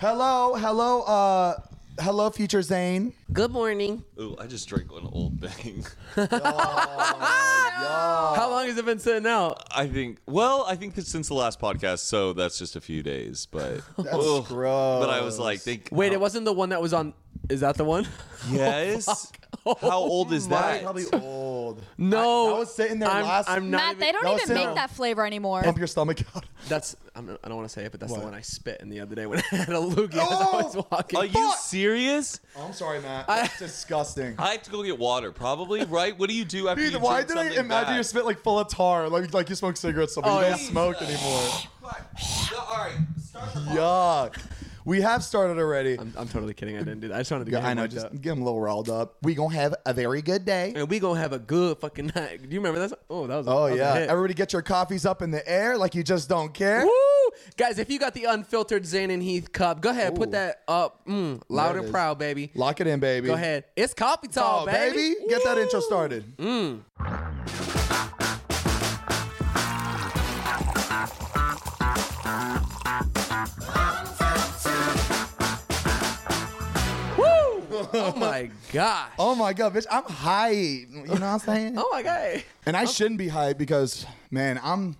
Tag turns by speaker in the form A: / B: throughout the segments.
A: Hello, hello, uh, hello, future Zane.
B: Good morning.
C: Ooh, I just drank an old thing.
B: How long has it been sitting out?
C: I think. Well, I think that since the last podcast, so that's just a few days. But that's But I was like, think.
B: Wait, it wasn't the one that was on. Is that the one?
C: Yes. How old is
A: That
C: that?
A: was Oh, probably old. I,
B: No.
A: I was sitting there
B: I'm-
A: last.
B: I'm not-
D: Matt,
B: even-
D: they don't
A: that was
D: even
A: Sarah.
D: make that flavor anymore.
A: Pump your stomach out.
B: That's. I'm, I don't want to say it, but that's
A: What?
B: the one I spit in the other day when I had a loogie as I
A: Oh!
B: was walking.
C: Are you serious?
A: Oh, I'm sorry, Matt. That's disgusting.
C: I have to go get water, probably. Right? What do you do after
A: Dude,
C: you
A: why
C: drink
A: did I
C: something
A: imagine
C: bad?
A: you spit like full of tar, like like you smoke cigarettes? But
B: Oh,
A: you don't
B: yeah.
A: smoke anymore.
C: No, all right. Start the podcast.
A: Yuck. We have started already.
B: I'm, I'm totally kidding. I didn't do that. I just wanted to get
A: Yeah,
B: him
A: I know.
B: worked
A: Just
B: up.
A: get him a little riled up. We gonna have a very good day.
B: And we gonna have a good fucking night. Do you remember that? song? Oh, that was.
A: Oh
B: that was a
A: yeah.
B: hit.
A: Everybody, get your coffees up in the air, like you just don't care.
B: Woo! Guys, if you got the unfiltered Zane and Heath cup, go ahead,
A: Ooh.
B: put that up. Mm, loud
A: There it
B: and
A: is.
B: proud, baby.
A: Lock it in, baby.
B: Go ahead. It's coffee talk,
A: Oh, baby, get that intro started.
B: Woo! Oh my gosh. Oh,
A: Oh my god, bitch, I'm high. You know what I'm saying?
B: my god.
A: And I shouldn't be hyped because, man, I'm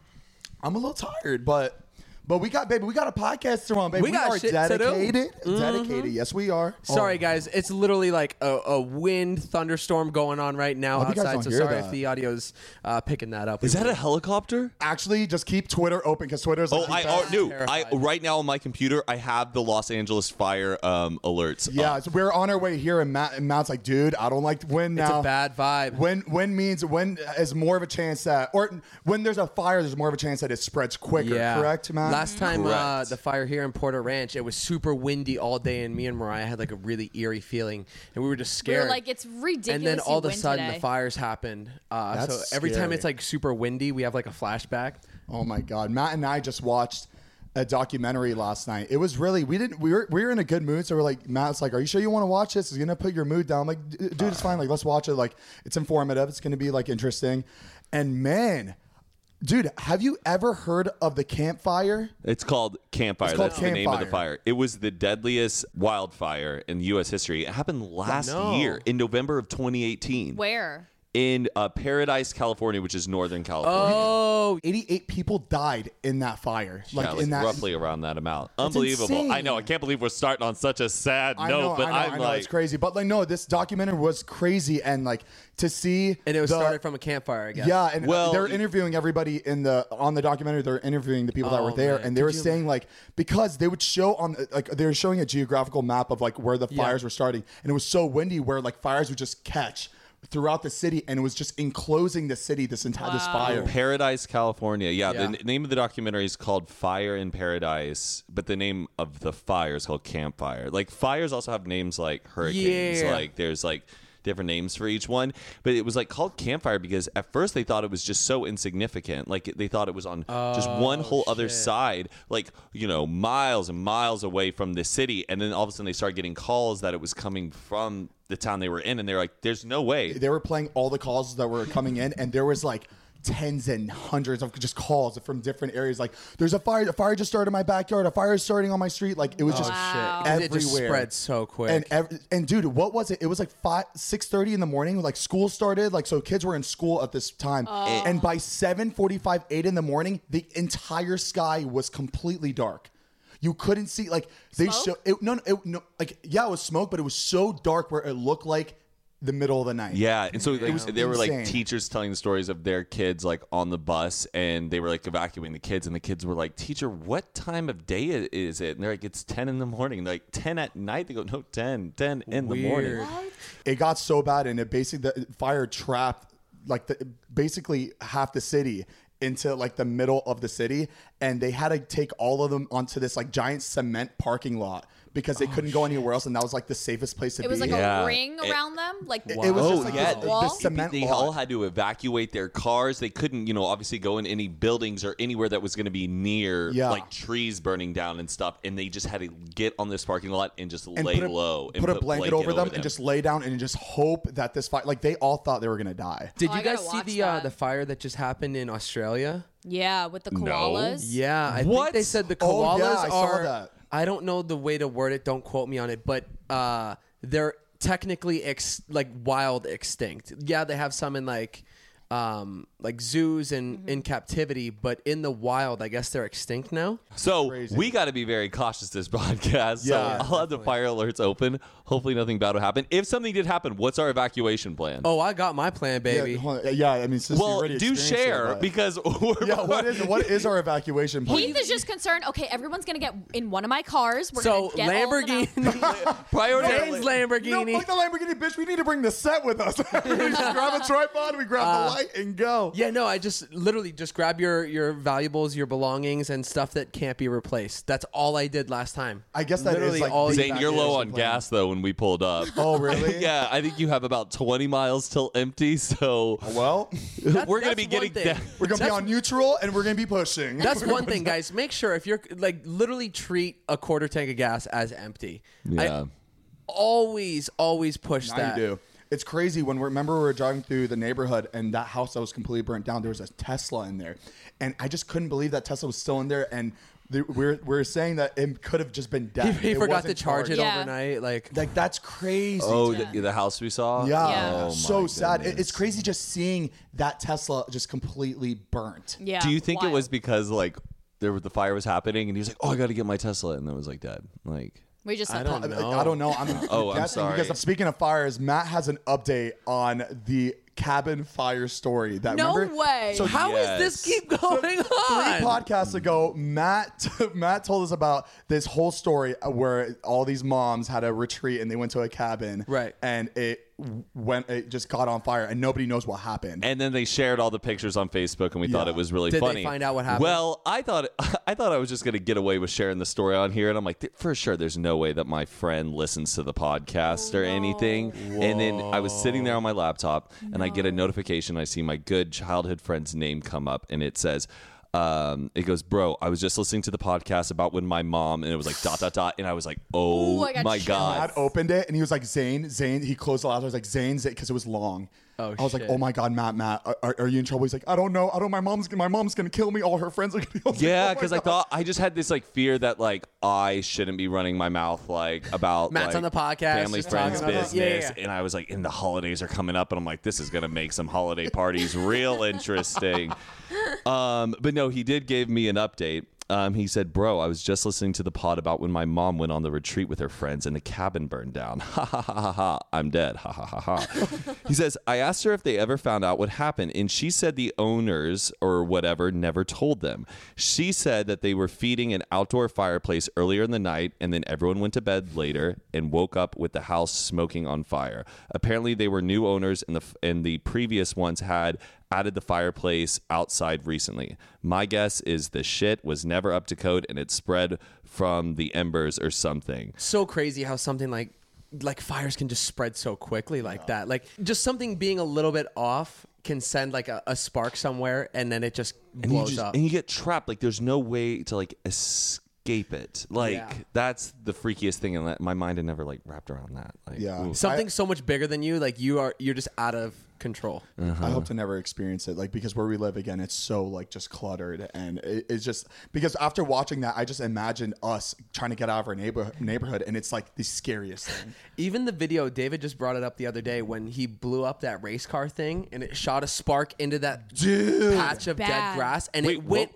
A: I'm a little tired, but but we got baby, we got a podcast to run, baby.
B: We got
A: are
B: shit to do. Mm-hmm.
A: dedicated. Dedicated. Yes, we are.
B: Sorry,
A: Oh,
B: guys. It's literally like a, a wind thunderstorm going on right now
A: Hope you guys
B: outside.
A: don't
B: So
A: hear
B: sorry
A: that.
B: if the audio's uh, picking that up.
C: Is that a helicopter?
A: Actually, just keep Twitter open because Twitter's
C: Oh,
A: like
C: I
A: the
C: oh,
A: best.
C: no. I
B: Terrified.
C: right now on my computer, I have the Los Angeles fire um, alerts. up.
A: Yeah, so we're on our way here, and, Matt, and Matt's like, dude, I don't like when now.
B: It's a bad vibe.
A: When when means when is more of a chance that, or when there's a fire, there's more of a chance that it spreads quicker.
B: yeah.
A: Correct, Matt.
B: Last time uh,
C: Correct.
B: the fire here in Porter Ranch, it was super windy all day, and me and Mariah had like a really eerie feeling, and we were just
D: we
B: scared.
D: are like, it's ridiculous.
B: and then all of a sudden
D: today.
B: the fires happened. Uh,
A: That's
B: so every time
A: scary.
B: it's like super windy, we have like a flashback.
A: Oh my God, Matt and I just watched a documentary last night. It was really we didn't we were we were in a good mood, so we're like Matt's like, "Are you sure you want to watch this? It's gonna put your mood down." I'm like, "D- dude, it's fine. Like, let's watch it. Like, it's informative. It's gonna be like interesting. And man, dude, have you ever heard of the campfire?
C: It's called Campfire.
A: It's called
C: That's the name of the
A: Campfire.
C: fire. It was the deadliest wildfire in U.S. history. It happened last
B: No.
C: year in November of 2018
D: Where?
C: in uh, Paradise, California, which is Northern California.
B: Oh,
A: Eighty-eight people died in that fire. Like,
C: Yeah,
A: in that.
C: roughly around that amount. Unbelievable. I know. I
A: insane.
C: can't believe we're starting on such a sad
A: I
C: note,
A: know,
C: but
A: I know,
C: I'm
A: I know,
C: like,
A: it's crazy. But like, no, this documentary was crazy, and like to see
B: and it was
A: the-
B: started from a campfire, I guess.
A: Yeah, and uh,
C: Well,
A: they're
C: y-
A: interviewing everybody in the on the documentary. They're interviewing the people that were
B: Oh,
A: there,
B: man.
A: and they
B: Could
A: were
B: you-
A: saying like because they would show on like they were showing a geographical map of like where the fires were starting, and it was so windy where like fires would just catch throughout the city, and it was just enclosing the city this entire this fire.
C: Paradise, California. Yeah, the
B: Yeah.
C: n- name of the documentary is called Fire in Paradise, but the name of the fire is called Campfire. Like fires also have names like hurricanes.
B: Yeah.
C: Like there's like different names for each one, but it was like called Campfire because at first they thought it was just so insignificant. Like they thought it was on just
B: Oh,
C: one whole other side, like you know, miles and miles away from the city, and then all of a sudden they started getting calls that it was coming from the town they were in, and they're like, "There's no way."
A: They were playing all the calls that were coming in, and there was like. Tens and hundreds of just calls from different areas. Like, there's a fire. A fire just started in my backyard. A fire is starting on my street. Like, it was just
D: Wow.
B: Oh, And
A: everywhere.
B: It just spread so quick.
A: And ev- and dude, what was it? It was like five, six thirty in the morning. Like school started. Like so, kids were in school at this time.
D: Oh.
A: And by seven forty-five, eight in the morning, the entire sky was completely dark. You couldn't see like they show
D: Smoke?
A: it, no, no, it, no like yeah, it was smoke, but it was so dark where it looked like the middle of the night.
C: Yeah, and so like, there were like
A: insane.
C: teachers telling the stories of their kids like on the bus, and they were like evacuating the kids, and the kids were like, "Teacher, what time of day i- is it?" And they're like, "It's ten in the morning." And they're like ten at night. They go, "No, 10, 10 in the morning."
D: What?
A: it got so bad and it basically the fire trapped like the, basically half the city into like the middle of the city and they had to take all of them onto this like giant cement parking lot because they couldn't go anywhere else and that was like the safest place to
D: It
A: be
D: was like
C: Yeah.
D: a ring
C: It-
D: around them, like
A: it was just
C: Oh,
A: like
C: yeah,
A: the,
C: the-
A: the
D: wall.
A: cement
C: they
A: lot.
C: all had to evacuate their cars. They couldn't, you know, obviously go in any buildings or anywhere that was going to be near
A: Yeah.
C: like trees burning down and stuff. And they just had to get on this parking lot and just
A: and
C: lay
A: put a,
C: low
A: put,
C: and
A: a blanket, over, them, and just lay down and just hope that this fire like they all thought they were gonna die
B: Did
D: Oh,
B: you
D: I gotta
B: guys see
D: watch
B: the uh,
D: that.
B: the fire that just happened in Australia?
D: yeah, with the koalas.
B: Yeah, I
C: What?
B: think they said the
A: Oh,
B: koalas
A: yeah, I saw
B: are.
A: that.
B: I don't know the way to word it. Don't quote me on it, but uh, they're technically ex- like wild extinct. Yeah, they have some in like um, like zoos and
C: Mm-hmm.
B: in captivity, but in the wild, I guess they're extinct now.
C: So we got to be very cautious this podcast. so
A: Yeah,
C: I'll have the fire alerts open. Hopefully, nothing bad will happen. If something did happen, what's our evacuation plan?
B: Oh, I got my plan, baby.
A: yeah, hold on. Yeah, I mean since you
C: well,
A: already
C: do
A: experienced
C: share
A: it, but-
C: because we're
A: yeah what is what is our evacuation plan
D: Heath is just concerned. Okay, everyone's gonna get in one of my cars. We're
B: so
D: gonna get all of them out.
B: Lamborghini,
C: priority.
B: James
A: No,
B: Lamborghini.
A: fuck the Lamborghini, bitch. We need to bring the set with us. we just grab a tripod, we grab the light, and go.
B: Uh, Yeah, no, I just literally just grab your your valuables, your belongings, and stuff that can't be replaced. That's all I did last time.
A: I guess that is,
B: literally
A: like,
B: all
A: the-
B: you-
C: Zane, you're low on
A: Evacuation plan.
C: gas though when we pulled up.
A: Oh, really?
C: yeah, I think you have about 20 miles till empty. So
A: Well,
C: we're gonna
B: that's
C: be
B: one
C: getting
B: thing.
C: down.
A: we're gonna be on neutral, and we're gonna be pushing.
B: That's one thing, guys. Make sure if you're like literally treat a quarter tank of gas as empty.
C: Yeah.
B: I always, always push
A: Now
B: that.
A: you do. It's crazy when we remember we were driving through the neighborhood and that house that was completely burnt down. There was a Tesla in there, and I just couldn't believe that Tesla was still in there. And the, we're we're saying that it could have just been dead.
B: He
A: It
B: forgot to
A: wasn't
B: charge it
A: charged.
D: Yeah.
B: overnight. Like
A: Like that's crazy.
C: Oh, the, the house we saw.
A: Yeah.
D: Yeah. Oh,
A: so sad. It-
C: goodness.
A: It's crazy just seeing that Tesla just completely burnt.
D: Yeah.
C: Do you think it
D: wild.
C: was because like there was the fire was happening and he was like, "Oh, I got to get my Tesla," and then it was like dead. Like,
D: We just.
B: I
D: said
B: don't
D: that.
A: I- I don't know. I'm
C: Oh, I'm
A: guessing
C: sorry.
A: Because I'm speaking of fires, Matt has an update on the cabin fire story. That
D: No
A: remember?
D: way.
A: So
B: how is this
C: Yes.
B: keep going on?
A: three podcasts ago, Matt Matt told us about this whole story where all these moms had a retreat and they went to a cabin,
B: Right.
A: And it went, it just got on fire, and nobody knows what happened.
C: and then they shared all the pictures on Facebook, and we thought
A: Yeah.
C: it was really
B: Did they
C: funny.
B: find out what happened?
C: Well, I thought I thought I was just gonna get away with sharing the story on here, and I'm like, for sure, there's no way that my friend listens to the podcast or anything. And then I was sitting there on my laptop, and I get a notification. I see my good childhood friend's name come up, and it says. Um, it goes, bro. I was just listening to the podcast about when my mom, and it was like dot dot dot, and I was like, oh
D: Ooh, I got
C: my
D: chills.
C: god,
A: Matt opened it and he was like, Zane, Zane. He closed the laptop. I was like, Zane, Zane, because it was long.
B: Oh,
A: I was like,
B: shit.
A: oh my God, Matt, Matt, are- are, are you in trouble? He's like, I don't know. I don't, my mom's, my mom's going to kill me. All her friends are going to kill me. oh
C: Yeah, because I thought I just had this like fear that like I shouldn't be running my mouth like about like,
B: Matt's on the podcast,
C: family
B: just
C: friends
B: talking about
C: business,
B: it. Yeah, yeah,
C: and I was like, and the holidays are coming up, and I'm like, this is gonna make some holiday parties real interesting. Um, but no, he did give me an update. Um, he said, "Bro, I was just listening to the pod about when my mom went on the retreat with her friends and the cabin burned down. Ha ha ha ha ha! I'm dead. Ha ha ha ha." he says, "I asked her if they ever found out what happened, and she said the owners or whatever never told them. She said that they were feeding an outdoor fireplace earlier in the night, and then everyone went to bed later and woke up with the house smoking on fire. Apparently, they were new owners, and the and the previous ones had." added the fireplace outside recently. My guess is the shit was never up to code and it spread from the embers or something.
B: so crazy how something like like fires can just spread so quickly like that like just something being a little bit off can send like a, a spark somewhere and then it just
C: And you
B: blows
C: just
B: up
C: and you get trapped like there's no way to like escape it. Like
B: Yeah.
C: that's the freakiest thing and that my mind had never like wrapped around that. Like
A: Yeah.
C: ooh.
B: something so much bigger than you like you are you're just out of control
A: I hope to never experience it, like because where we live again, it's so like just cluttered, and it, it's just because after watching that, I just imagined us trying to get out of our neighbor neighborhood, and it's like the scariest thing.
B: Even the video, David just brought it up the other day when he blew up that race car thing and it shot a spark into that patch of dead
D: Bad.
B: grass and
C: Wait,
B: it went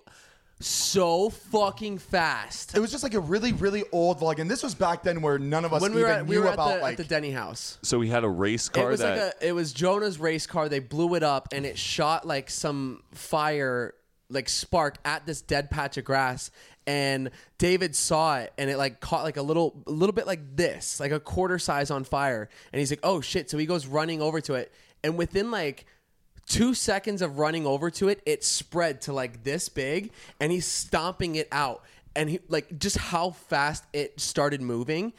B: so fucking fast.
A: It was just like a really, really old vlog, and this was back then where none of us
B: When
A: even
B: we were at,
A: knew
B: we were at,
A: about
B: the,
A: like
B: at the Denny house.
C: So we had a race
B: It
C: car
B: was
C: that
B: like a it was Jonah's race car. They blew it up and it shot like some fire like spark at this dead patch of grass and David saw it and it like caught like a little a little bit like this, like a quarter size on fire. And he's like, "Oh shit." So he goes running over to it and within like 2 seconds of running over to it, it spread to like this big and he's stomping it out. And he like just how fast it started moving.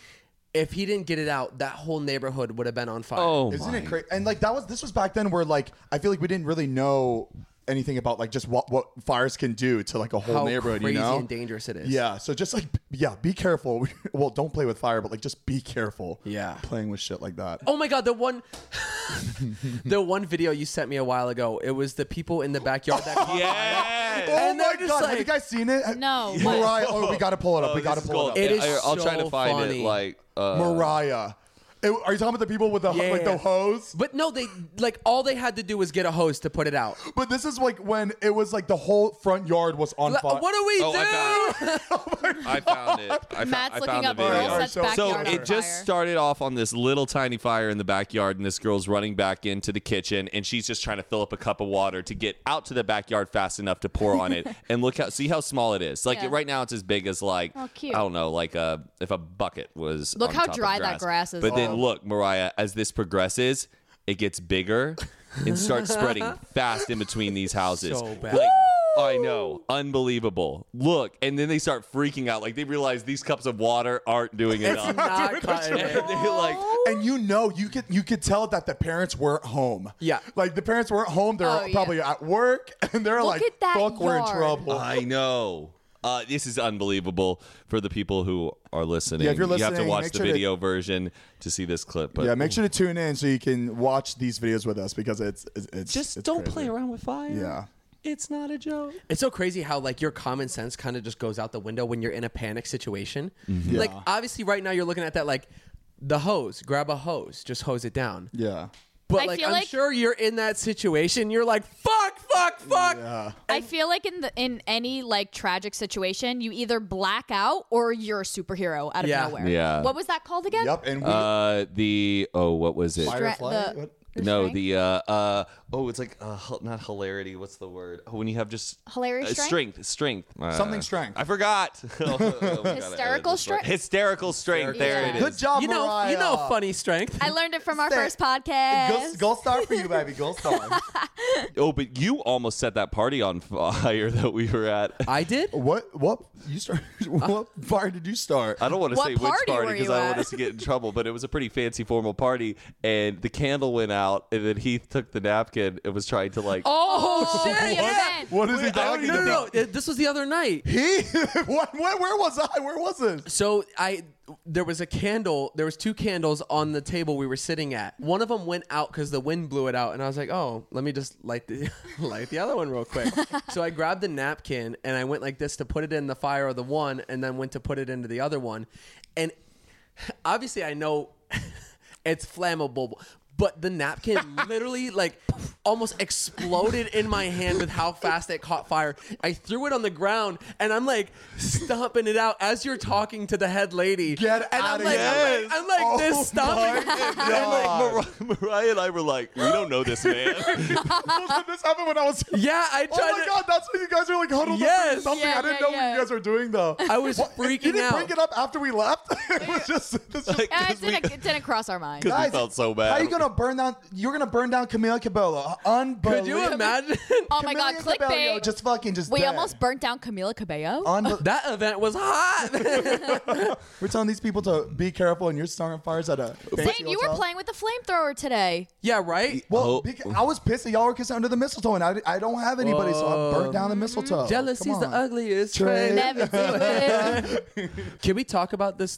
B: If he didn't get it out, that whole neighborhood would have been on fire.
C: oh
A: Isn't
C: my.
A: it crazy? And like that was this was back then where like I feel like we didn't really know anything about like just what what fires can do to like a whole
B: how
A: neighborhood.
B: crazy
A: you know,
B: and dangerous it is.
A: Yeah. So just like yeah, be careful. well, don't play with fire, but like just be careful.
B: Yeah.
A: Playing with shit like that.
B: Oh my god, the one, the one video you sent me a while ago. It was the people in the backyard that caught
C: Yes.
A: Oh
B: and
A: my
B: they're just
A: god!
B: like-
A: Have you guys seen it?
D: No.
A: Mariah. Oh, we gotta pull it up.
C: Oh,
A: we
C: this
A: gotta
C: is
A: pull
C: gold.
A: it
B: It is
C: I, I'll try to
B: so
C: find
B: funny.
C: it. Like uh,
A: up. Mariah. It- are you talking about the people with the
B: Yeah,
A: like
B: yeah,
A: the
B: yeah.
A: hose?
B: But no, they like all they had to do was get a hose to put it out.
A: But this is like when it was like the whole front yard was on
B: Like,
A: fire.
B: What do we
C: Oh,
B: do?
C: I found it. I found it. I fou-
D: Matt's
C: I
D: looking
C: found
D: up
C: the video.
D: girls
A: Alright,
D: that's
A: so-
D: backyard
C: Oh So
D: on
C: it just
D: fire.
C: started off on this little tiny fire in the backyard, and this girl's running back into the kitchen, and she's just trying to fill up a cup of water to get out to the backyard fast enough to pour on it. and look how see how small it is. Like
D: Yeah.
C: right now, it's as big as like
D: Oh, cute.
C: I don't know, like a if a bucket was.
D: Look
C: on
D: how
C: top of
D: dry that grass is, Oh.
C: But
D: though.
C: then look, Mariah, as this progresses, it gets bigger and starts spreading fast in between these houses.
B: So bad.
C: Like, I know. Unbelievable. Look, and then they start freaking out. Like they realize these cups of water aren't doing
B: It's
C: enough.
B: not cutting
C: and
B: it.
C: they like
A: and you know you could you could tell that the parents weren't home.
B: Yeah.
A: like the parents weren't home. They're
D: Oh, yeah.
A: probably at work, and they're like,
D: at that
A: "Fuck, we're in
D: yard."
A: trouble."
C: I know. Uh, this is unbelievable for the people who are listening.
A: Yeah, if you're
C: you have
A: listening,
C: to watch
A: make
C: the
A: sure to-
C: video version to see this clip. But
A: yeah, make sure to tune in so you can watch these videos with us because it's it's, it's
C: just
A: it's
C: don't
A: crazy.
C: play around with fire.
A: Yeah.
C: It's not a joke.
B: It's so crazy how like your common sense kind of just goes out the window when you're in a panic situation.
A: Mm-hmm.
B: Like obviously, right now you're looking at that like the hose. Grab a hose, just hose it down.
A: Yeah,
B: But
D: I
B: like
D: feel
B: I'm
D: like-
B: sure you're in that situation. You're like fuck, fuck, fuck.
A: yeah.
D: I feel like in the in any like tragic situation, you either black out or you're a superhero out of
B: Yeah.
D: nowhere.
C: Yeah.
D: What was that called again?
A: Yep, and we
C: Uh, the oh, what was it?
D: Dra-
A: Firefly?
D: the-
A: What?
C: No,
D: Restraint?
C: the uh, uh, oh, it's like uh, hel- not hilarity. What's the word? Oh, when you have just
D: Hilarious
C: uh,
D: strength?
C: strength, strength, Uh,
A: Something strength.
C: I forgot. Oh, my God, I had this
D: Hysterical
C: word.
D: strength?
C: Hysterical strength. There it
D: Yeah.
C: is.
A: good job,
B: You know,
A: Mariah.
B: you know, funny strength.
D: I learned it from our
A: Stay-
D: first podcast.
A: Gold, gold star for you, baby. Gold star.
C: Oh, but you almost set that party on fire that we were at.
B: I did.
A: what? What? You start?
B: Uh-huh.
A: What fire did you start?
B: Uh,
C: I don't want to
D: What
C: say which
D: party were
C: party because
D: you
C: I don't want
D: at?
C: us to get in trouble, but it was a pretty fancy formal party, and the candle went out, and then Heath took the napkin and was trying to like.
B: Oh, shit!
D: Yes,
B: yeah.
D: Ben.
A: What is he
C: I
A: talking
C: don't
B: No, no,
A: about?
B: no. uh, This was the other night.
A: He? what, what? Where was I? Where was this?
B: So I there was a candle. There was two candles on the table we were sitting at. One of them went out because the wind blew it out, and I was like, "Oh, let me just light the light the other one real quick." so I grabbed the napkin and I went like this to put it in the fire of the one, and then went to put it into the other one. And obviously, I know it's flammable. But the napkin literally like almost exploded in my hand with how fast it caught fire. I threw it on the ground and I'm like stomping it out as you're talking to the head lady.
A: Get
B: and
A: outta
B: I'm like, I'm
A: here.
B: like, I'm like
A: Oh
B: this stomping.
A: my
C: And
B: it.
C: like
A: God.
C: Mariah, Mariah and I were like, we don't know this man.
A: this happened when I was.
B: Yeah, I
A: Oh
B: tried
A: my
B: to.
A: god, that's when you guys were like huddled up
B: Yes.
A: or something.
D: Yeah,
A: I didn't
D: yeah,
A: know
D: yeah.
A: what you guys were doing though.
B: I was
A: You
B: freaking
A: didn't
B: out.
A: bring it up after we left. it was just, it was just
D: Uh, it, didn't, it didn't cross our mind.
C: Because we felt so bad.
A: How are you gonna burn down? You're gonna burn down Camila Cabello. Unbelievable.
B: Could you imagine?
D: Oh my god,
A: Camila Cabello
D: clickbait.
A: Just fucking just.
D: we
A: dead.
D: almost burnt down Camila Cabello.
A: Unbe-
B: that event was hot.
A: We're telling these people to be careful, and you're starting fires at a.
D: Dang,
A: fancy
D: you were
A: hotel.
D: playing with the flamethrower today.
B: yeah, right?
A: Well,
C: Oh.
A: beca- I was pissed that y'all were kissing under the mistletoe, and I, di- I don't have anybody, so I burnt down the mistletoe.
B: Jealousy's
A: Come
B: the
A: on.
B: ugliest
A: Trey.
B: trait.
D: Never do it.
B: Can we talk about this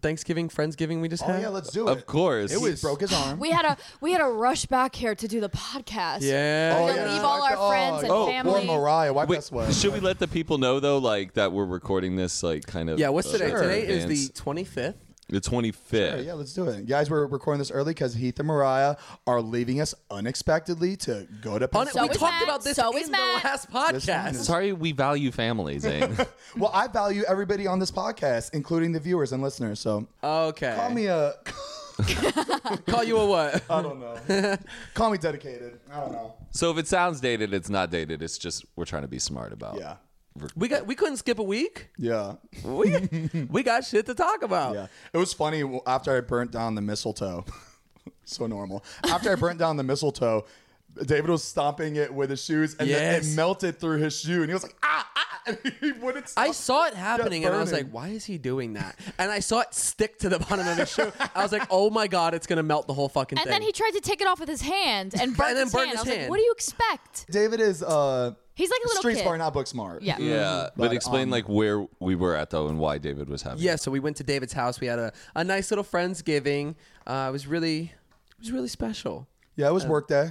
B: Thanksgiving, Friendsgiving we just
A: Oh
B: had?
A: yeah, let's do it.
C: Of course.
A: It was broke his arm.
D: We had a we had a rush back here to do the podcast.
B: Yeah.
D: Oh, yeah. leave all our friends and
A: oh,
D: family.
A: Poor Mariah, wipe
C: Wait,
A: us away.
C: should we let the people know though, like that we're recording this, like kind of?
B: Yeah, what's
C: uh,
B: today?
C: in
B: Today is
C: advance?
B: the 25th.
C: The 25th.
A: Sure, yeah, let's do it. Guys, we're recording this early because Heath and Mariah are leaving us unexpectedly to go to
B: On it,
D: So
A: Pennsylvania.
B: we
D: is
B: talked
D: Matt.
B: about this
D: So
B: in
D: is
B: the
D: Matt.
B: last
A: one
B: podcast.
A: is-
C: Sorry, we value eh? family, Zane.
A: Well, I value everybody on this podcast, including the viewers and listeners. So
B: Okay.
A: call me Um, a.
B: Call you a what?
A: I don't know. call me dedicated. I don't know.
C: so if it sounds dated, it's not dated. It's just we're trying to be smart about.
A: Yeah.
B: we got. We couldn't skip a week.
A: Yeah.
B: We we got shit to talk about.
A: Yeah. It was funny w- after I burnt down the mistletoe. so normal. After I burnt down the mistletoe, David was stomping it with his shoes and then
B: Yes.
A: it melted through his shoe and he was like, ah, ah. And he wouldn't stop.
B: I saw it happening and I was like,
A: burning.
B: why is he doing that? And I saw it stick to the bottom of his shoe. I was like, oh my God, it's going to melt the whole fucking
D: And
B: thing.
D: then he tried to take it off with his hand and burnt
B: And then
D: his
B: burned his
D: hand. I was
B: hand.
D: like, what do you expect?
A: David is uh,
D: He's like a little
A: street
D: kid.
A: smart, not book smart.
D: Yeah.
C: Yeah, Mm-hmm. but,
A: But,
C: explain
A: um,
C: like where we were at though and why David was having.
B: yeah, so we went to David's house. We had a, a nice little Friendsgiving. Uh, it was really, it was really special.
A: Yeah, it was work day.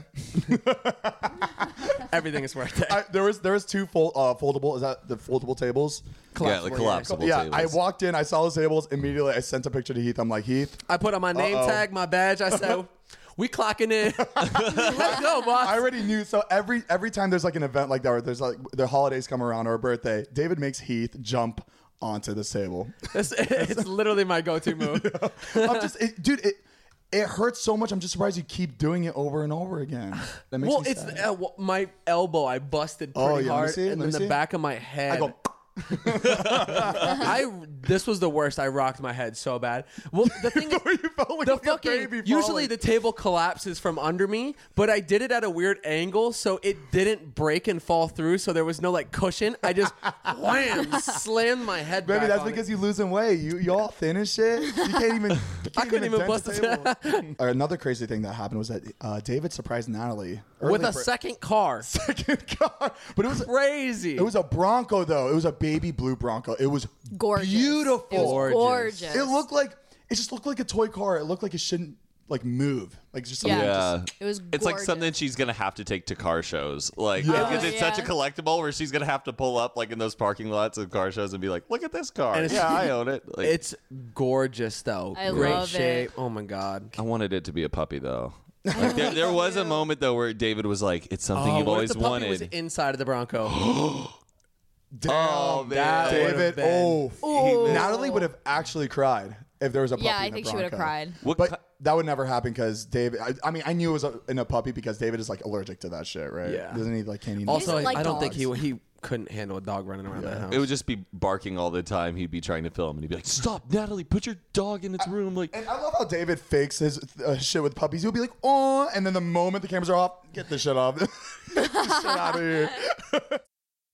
B: Everything is worth it.
A: I, there was there was two fold, uh, foldable. Is that the foldable tables?
C: yeah, like collapsible
A: yeah,
C: tables.
A: I walked in. I saw those tables immediately. I sent a picture to Heath. I'm like, Heath,
B: I put on my name
A: Uh-oh.
B: tag, my badge. I said, we clocking in. Let's go, boss.
A: I already knew. So every every time there's like an event like that, or there's like the holidays come around or a birthday, David makes Heath jump onto this table.
B: it's, it's literally my go-to move.
A: I'm just, it, dude, it it hurts so much. I'm just surprised you keep doing it over and over again. That makes
B: Well,
A: me
B: it's
A: sad.
B: uh, well, my elbow. I busted
A: Oh,
B: pretty
A: yeah, let me
B: hard,
A: see it,
B: and
A: let
B: then
A: me
B: the
A: see it.
B: back of my head.
A: I go.
B: I this was the worst. I rocked my head so bad. Well, the thing is,
A: You felt like
B: the
A: a
B: fucking
A: baby
B: usually
A: falling.
B: the table collapses from under me, but I did it at a weird angle, so it didn't break and fall through. So there was no like cushion. I just wham slammed my head.
A: Maybe
B: back
A: that's
B: on it.
A: because you losing weight. You you all thin and shit. You can't even. You can't
B: I couldn't even
A: dent
B: bust
A: the table. Or Another crazy thing that happened was that uh, David surprised Natalie early
B: with a
A: for-
B: second car.
A: second car, but it was
B: Crazy.
A: It was a Bronco though. It was a baby blue Bronco. It was
D: Gorgeous.
A: beautiful.
D: It was
B: Gorgeous.
D: gorgeous.
A: It looked like it just looked like a toy car. It looked like it shouldn't like move. Like just something
D: Yeah.
C: Yeah.
D: It was
C: It's like
D: gorgeous.
C: something she's gonna have to take to car shows, like
A: Yeah.
C: because it's
D: Oh,
C: such a
D: yeah.
C: collectible where she's gonna have to pull up like in those parking lots of car shows and be like, "Look at this car!
B: And it's-
C: yeah, I own it." Like,
B: It's gorgeous though.
D: I
B: Great
D: love it.
B: shape. Oh my god.
C: I wanted it to be a puppy though. Like, there, there was a moment though where David was like, "It's something you've
B: Oh, what if
C: always
B: the puppy
C: wanted."
B: Was inside of the Bronco.
A: Damn,
C: Oh, man. That
B: would've
A: David.
B: been-
A: Oh, Natalie would have actually cried if there was a puppy.
D: Yeah, I
A: in a
D: think she would have
A: Bronco.
D: cried.
C: What
A: But
C: ki-
A: that would never happen because David. I, I mean, I knew it was a, in a puppy because David is like allergic to that shit, right?
B: Yeah.
A: Doesn't he like? Can he?
B: also,
D: doesn't like
B: I don't think he
D: dogs.
B: he couldn't handle a dog running around that house.
C: It would just be barking all the time. He'd be trying to film, and he'd be like, "Stop, Natalie! Put your dog in its room!" Like,
A: And I love how David fakes his uh, shit with puppies. He'll be like, "Oh," and then the moment the cameras are off, get this shit off. get this shit out of here.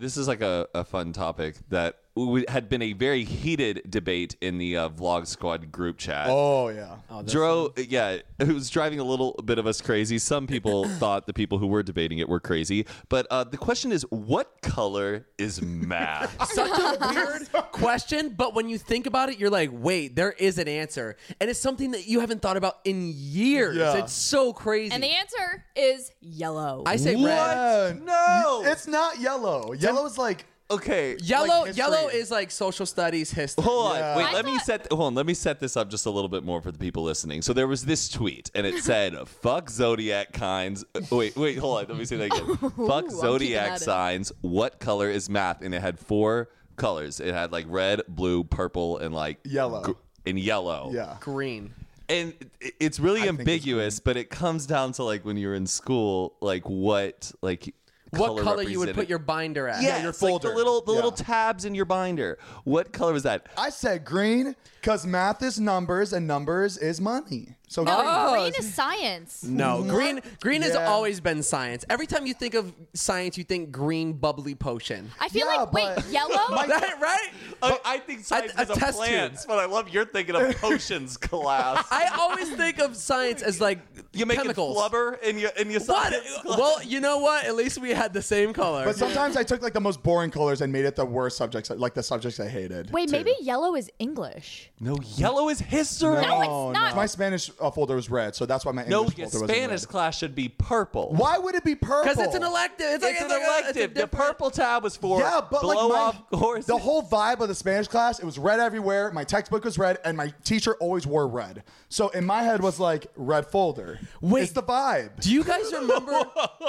C: This is like a, a fun topic that w- had been a very heated debate in the uh, Vlog Squad group chat.
A: Oh yeah.
C: Dro, yeah, it was driving a little bit of us crazy. Some people thought the people who were debating it were crazy, but uh, the question is, what color is math?
B: Such a weird question, but when you think about it, you're like, wait, there is an answer. And it's something that you haven't thought about in years.
A: Yeah.
B: It's so crazy.
D: And the answer is yellow.
B: I say red.
A: Uh,
C: no,
A: It's not yellow. Yellow is like
C: okay.
B: Yellow
A: history.
B: yellow is like social studies history.
C: Hold on,
A: Yeah.
C: wait.
D: I
C: let me
D: thought-
C: set. Hold on, let me set this up just a little bit more for the people listening. So there was this tweet, and it said, "Fuck zodiac kinds." uh, Wait, wait, hold on. Let me say that again. Fuck
D: at
C: zodiac
D: it.
C: signs. What color is math? And it had four colors. It had like red, blue, purple, and like
A: Yellow.
C: and yellow.
A: yeah.
B: Green.
C: and it- it's really ambiguous, but it comes down to like when you're in school, like what, like
B: What color,
C: color,
B: you would put
C: represented-
B: your binder at.
C: yeah,
B: your
C: it's like the
A: folder.
C: little the little
A: Yeah.
C: tabs in your binder. What color was that?
A: I said green because math is numbers and numbers is money. So
D: no, Oh.
A: green.
D: green is science.
B: No, green. Green has
A: Mm-hmm. Yeah.
B: always been science. Every time you think of science, you think green bubbly potion.
D: I feel
A: Yeah,
D: like wait,
A: but-
D: yellow.
B: That- right?
C: I, I think science
B: a
C: is a
B: test
C: plants,
B: tube.
C: but I love you're thinking of potions class.
B: I always think of science as like
C: you make it
B: chemicals.
C: flubber in your in your
B: What?
C: science class.
B: Well, you know what? At least we had the same color.
A: But sometimes I took like the most boring colors and made it the worst subjects, like the subjects I hated.
D: Wait,
A: too.
D: maybe yellow is English.
C: no, yellow is history.
D: No, it's
A: Oh,
D: not.
A: My Spanish uh, folder was red, so that's why my
C: No,
A: English
C: your
A: folder was red.
C: Spanish class should be purple.
A: Why would it be purple?
B: Because it's an elective. It's,
C: It's,
B: like,
C: an
B: like a-
C: elective.
B: it's a
C: the
B: different-
C: purple tab was for
A: Yeah, but like
C: blow
A: my,
C: off horses.
A: the whole vibe of the Spanish class, it was red everywhere. My textbook was red, and my teacher always wore red. So in my head was like red folder.
B: Wait.
A: it's the vibe.
B: Do you guys remember?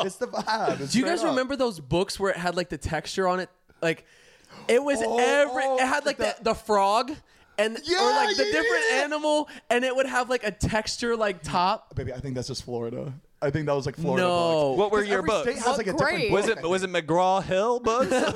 A: it's the vibe. It's
B: do
A: straight
B: you guys
A: up.
B: remember those books where it had like the texture on it? Like, it was
A: Oh,
B: every.
A: oh,
B: it had like the,
A: that-
B: the frog. And or
A: Yeah,
B: like the
A: yeah,
B: different
A: yeah.
B: animal, and it would have like a texture like top.
A: Baby, I think that's just Florida. I think that was like Florida.
B: No.
A: books.
C: What were
A: 'Cause
C: your
A: every
C: books?
A: State has, like, a
D: Oh,
A: different
D: great.
A: book,
C: Was
A: I
C: it
A: think.
C: was it McGraw Hill books?
A: Yeah,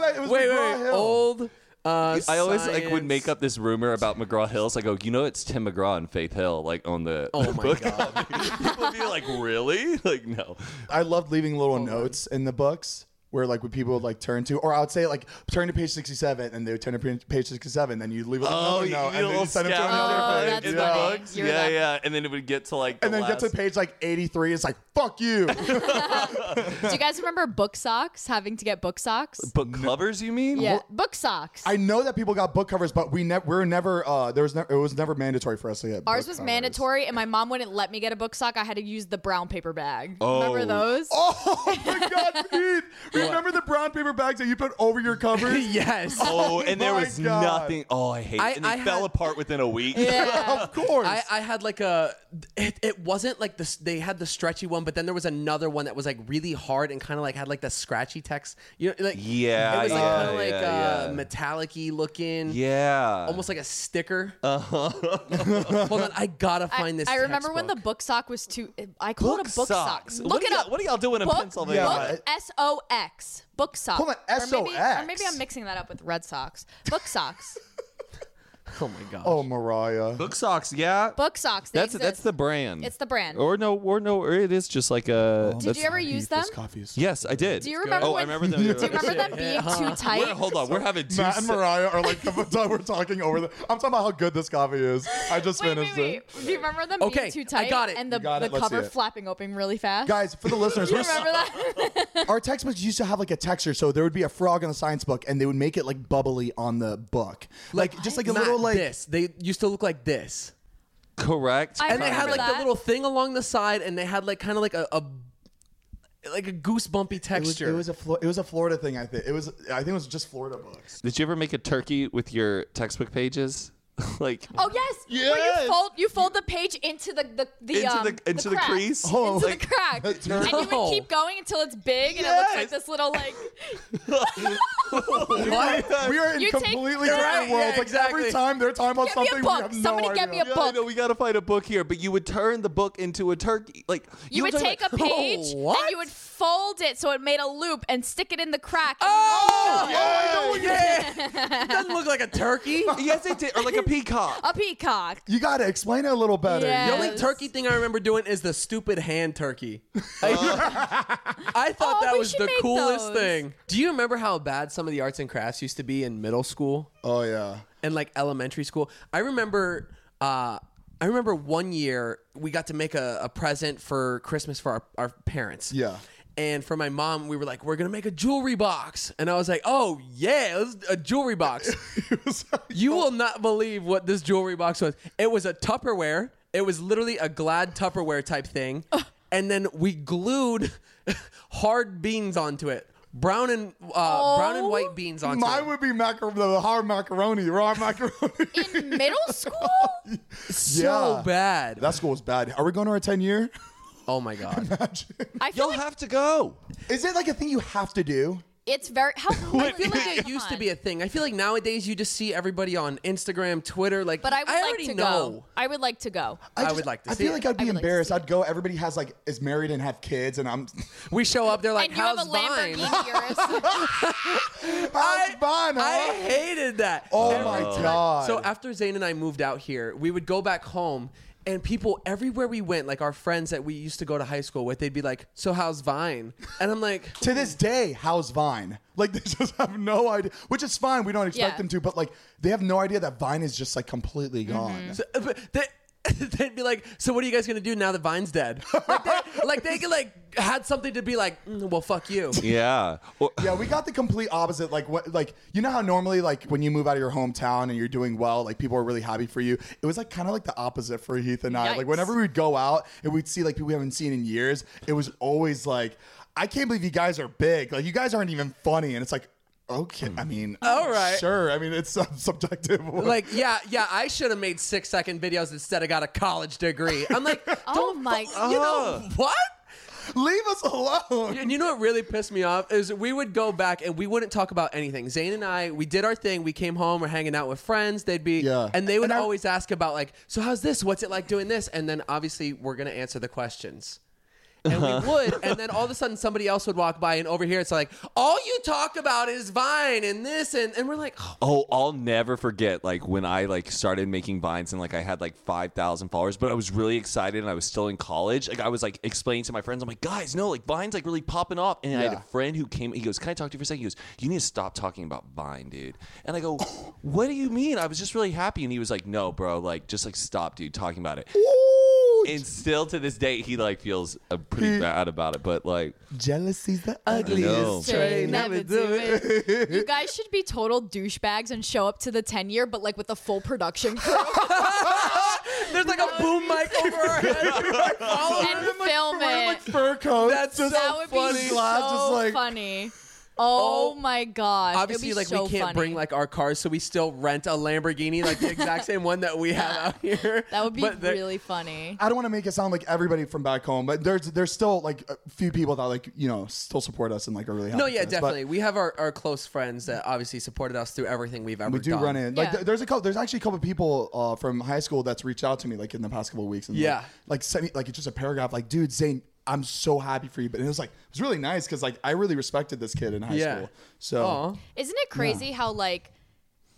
A: but it was
B: Wait, wait,
A: McGraw
B: wait.
A: Hill.
B: old. Uh,
C: I always like would
B: science.
C: make up this rumor about McGraw Hill. It's like, oh, you know, it's Tim McGraw and Faith Hill, like on the
B: Oh my
C: book.
B: god!
C: People would be like, really? Like, no.
A: I loved leaving
B: Oh,
A: little notes in the books where like would people would like turn to, or I would say like turn to page sixty seven, and they would turn to pa- page sixty seven, then you leave a
C: Oh,
A: little
C: you,
A: note,
C: you
A: and then
C: little
A: you send it to
C: scout
D: Oh,
A: another
C: in
D: that's
A: page.
C: the
A: Yeah.
D: funny.
C: books.
D: You're
C: yeah,
D: that-
C: yeah. And then it would get to like, the
A: And then get to
C: last-
A: page like eighty three. It's like fuck you.
D: Do you guys remember book socks? Having to get book socks.
C: book covers. You mean?
D: yeah, book socks.
A: I know that people got book covers, but we never we were never uh there was never it was never mandatory for us to get.
D: Ours
A: book
D: was
A: covers.
D: mandatory, and my mom wouldn't let me get a book sock. I had to use the brown paper bag. Remember those?
A: Oh my god, Pete! Remember the brown paper bags that you put over your covers?
B: yes.
C: Oh, and there
A: my
C: was
A: God.
C: nothing. Oh, I hate.
B: I-
C: it. and they
B: I
C: fell
B: had-
C: apart within a week.
D: Yeah.
A: Of course.
B: I, I had like a it, it wasn't like this they had the stretchy one but then there was another one that was like really hard and kind of like had like the scratchy text you know like
C: Yeah,
B: it was like
C: yeah,
B: kind of like
C: yeah,
B: uh
C: yeah.
B: metallic-y looking
C: Yeah.
B: almost like a sticker
A: Uh-huh.
B: hold on i gotta find this
D: I remember when the
B: textbook.
D: book sock was too. I called it a book
C: socks.
D: sock.
C: What
D: Look
C: do
D: it
C: y'all-
D: up.
C: What are y'all doing in
D: book,
C: Pennsylvania?
A: Yeah.
D: Book S O X. Book sock.
A: Hold on,
D: Or maybe, or
A: SOX.
D: maybe I'm mixing that up with red socks. Book socks.
B: oh my god
A: oh Mariah.
C: Book socks. Yeah.
D: book socks. They
C: that's
D: exist.
C: that's the brand.
D: It's the brand.
C: Or no, or no, or it is just like a.
D: Did you ever use them?
C: Yes, I did.
D: Do you remember?
C: Oh,
D: when,
C: I remember them.
D: Do you remember them being too tight?
C: We're- hold on, we're having two.
A: Matt and
C: se-
A: Mariah are like we're talking over the. I'm talking about how good this coffee is. I just
D: Wait, wait,
A: finished
D: wait.
A: it.
D: Do you remember them
B: Okay,
D: being too
B: I
D: tight?
B: got it.
D: And the,
A: You got
D: the
A: it. Let's
D: cover
A: see it.
D: flapping open really fast.
A: Guys, for the listeners,
D: you
A: we're,
D: remember that?
A: our textbooks used to have like a texture, so there would be a frog in the science book, and they would make it like bubbly on the book, like, just like a
B: Not
A: little like.
B: this they used to look like this
C: Correct.
D: I
B: and they had
D: remember
B: like
D: that.
B: the little thing along the side and they had like kind of like a, a like a goosebumpy
A: It was,
B: texture
A: it was a Flo- it was a Florida thing. I think it was. I think it was just Florida books.
C: Did you ever make a turkey with your textbook pages? like
D: oh yes. Where
C: Yes.
D: you fold you fold the page into the the, the
C: into
D: um,
C: the into the,
D: crack.
C: crease?
A: Oh,
D: Into
A: like-
D: the crack, and you
B: No.
D: would keep going until it's big, and it looks like
C: Yes.
D: this little like.
A: Oh, We are in
D: You take-
A: completely
D: Right,
A: different
B: yeah,
A: worlds. like
B: exactly.
A: every time they're talking about
D: Get me a
A: something, we
D: book.
A: have no
D: Somebody
A: idea.
D: get me a
C: Yeah, I
D: book.
C: know we gotta find a book here, but you would turn the book into a turkey. Like
D: You would
C: were talking
D: take a
C: about-
D: page and you would fold it so it made a loop and stick it in the crack.
B: Oh, yeah. It doesn't look like a turkey.
C: Yes, it did, or like a peacock.
D: A peacock.
A: You got to explain it a little better.
D: Yeah.
B: The only turkey thing I remember doing is the stupid hand turkey. I thought
D: Oh,
B: that
D: we
B: was
D: should
B: the
D: make
B: coolest
D: those.
B: thing. Uh-huh. Do you remember how bad some of the arts and crafts used to be in middle school
A: Oh yeah.
B: and like elementary school? I remember uh I remember one year we got to make a, a present for Christmas for our, our parents.
A: Yeah.
B: And for my mom, we were like, we're gonna make a jewelry box. And I was like, oh yeah, it was a jewelry box. You will not believe what this jewelry box was. It was a Tupperware. It was literally a Glad Tupperware type thing. and then we glued hard beans onto it. Brown and uh, brown and
D: Oh.
B: white beans onto
A: Mine
B: it.
A: would be macaroni, the hard macaroni, raw macaroni.
D: In middle school?
B: so
A: Yeah.
B: bad.
A: That school was bad. Are we going to our 10 year?
B: oh my god.
D: I feel
C: You'll
D: like
C: have to go.
A: Is it like a thing you have to do?
D: it's very. How
B: I feel like it used to be a thing. I feel like nowadays you just see everybody on Instagram, Twitter, like
D: But I would
B: already
D: like to
B: know.
D: go. I would like to go.
B: I would like to
A: I
B: see
A: feel
B: it.
A: like I'd be
D: I would like to
A: embarrassed.
D: see
A: I'd go. Everybody has like is married and have kids, and I'm.
B: We show up, they're like,
D: and you have
B: "How's
D: a
B: Vine?"
D: Lamborghini Urus.
A: How's Vaughn,
B: I
A: huh?
B: hated that.
A: Oh my god.
B: So after Zane and I moved out here, we would go back home, and people everywhere we went, like our friends that we used to go to high school with, they'd be like, "So how's Vine?" And I'm like,
A: to this day, how's Vine? Like they just have no idea, which is fine. We don't expect
D: Yeah.
A: them to, but like they have no idea that Vine is just like completely gone.
B: so- but they, they'd be like, "So what are you guys gonna do now that Vine's dead?" Like they, like they could, like had something to be like, "Mm, "Well, fuck you."
C: Yeah. Or-
A: Yeah, we got the complete opposite. Like what? Like you know how normally like when you move out of your hometown and you're doing well, like people are really happy for you. It was like kind of like the opposite for Heath and I. Like
D: Yikes.
A: whenever we'd go out and we'd see like people we haven't seen in years, it was always like, I can't believe you guys are big. Like you guys aren't even funny, and it's like. Okay, I mean, all
B: right.
A: sure. I mean, it's sub- subjective.
B: Like yeah, yeah, I should have made six second videos instead. I got a college degree. I'm like,
D: oh my.
B: you know what?
A: leave us alone.
B: And you know what really pissed me off is we would go back and we wouldn't talk about anything. Zane and I, we did our thing. We came home, we're hanging out with friends. They'd be,
A: Yeah.
B: and they would
A: And I-
B: always ask about like, so how's this? What's it like doing this? And then obviously we're gonna answer the questions. And we would, and then all of a sudden somebody else would walk by, and over here it's like, all you talk about is Vine and this, and, and we're like, oh,
C: Oh, I'll never forget like when I like started making vines and like I had like 5,000 followers, but I was really excited and I was still in college. Like I was like explaining to my friends, I'm like, guys, no, like Vine's like really popping off. And I had
A: Yeah.
C: a friend who came, he goes, Can I talk to you for a second? He goes, You need to stop talking about Vine, dude. And I go, What do you mean? I was just really happy. And he was like, No, bro, like just like stop, dude, talking about it.
A: Ooh,
C: And still to this day, he like feels uh, pretty bad about it, but like,
A: jealousy's the
C: know.
A: ugliest trait.
D: Never do it. You guys should be total douchebags and show up to the 10 year, but like with a full production crew
B: there's like a boom mic over our head. Follow-
D: and film it.
A: Fur coat.
B: That's
A: just
B: so
D: that would
B: funny.
D: be so
A: Glass just like-
D: funny. Oh, my god!
B: Obviously, like we can't bring like our cars, so we still rent a Lamborghini, like the exact same one that we have out here.
D: that would be
B: But the-
D: really funny.
A: I don't want to make it sound like everybody from back home, but there's there's still like a few people that like you know still support us and like are really happy.
B: No,
A: for
B: yeah,
A: us, but
B: definitely. we have our, our close friends that obviously supported us through everything we've ever
A: We do
B: done.
A: run in like
D: Yeah.
A: th- there's a couple there's actually a couple people uh, from high school that's reached out to me like in the past couple of weeks and
B: Yeah.
A: like, like sent me like it's just a paragraph like dude Zane I'm so happy for you but it was like it was really nice because like I really respected this kid in high
B: Yeah.
A: school so
B: Aw.
D: Isn't it crazy how like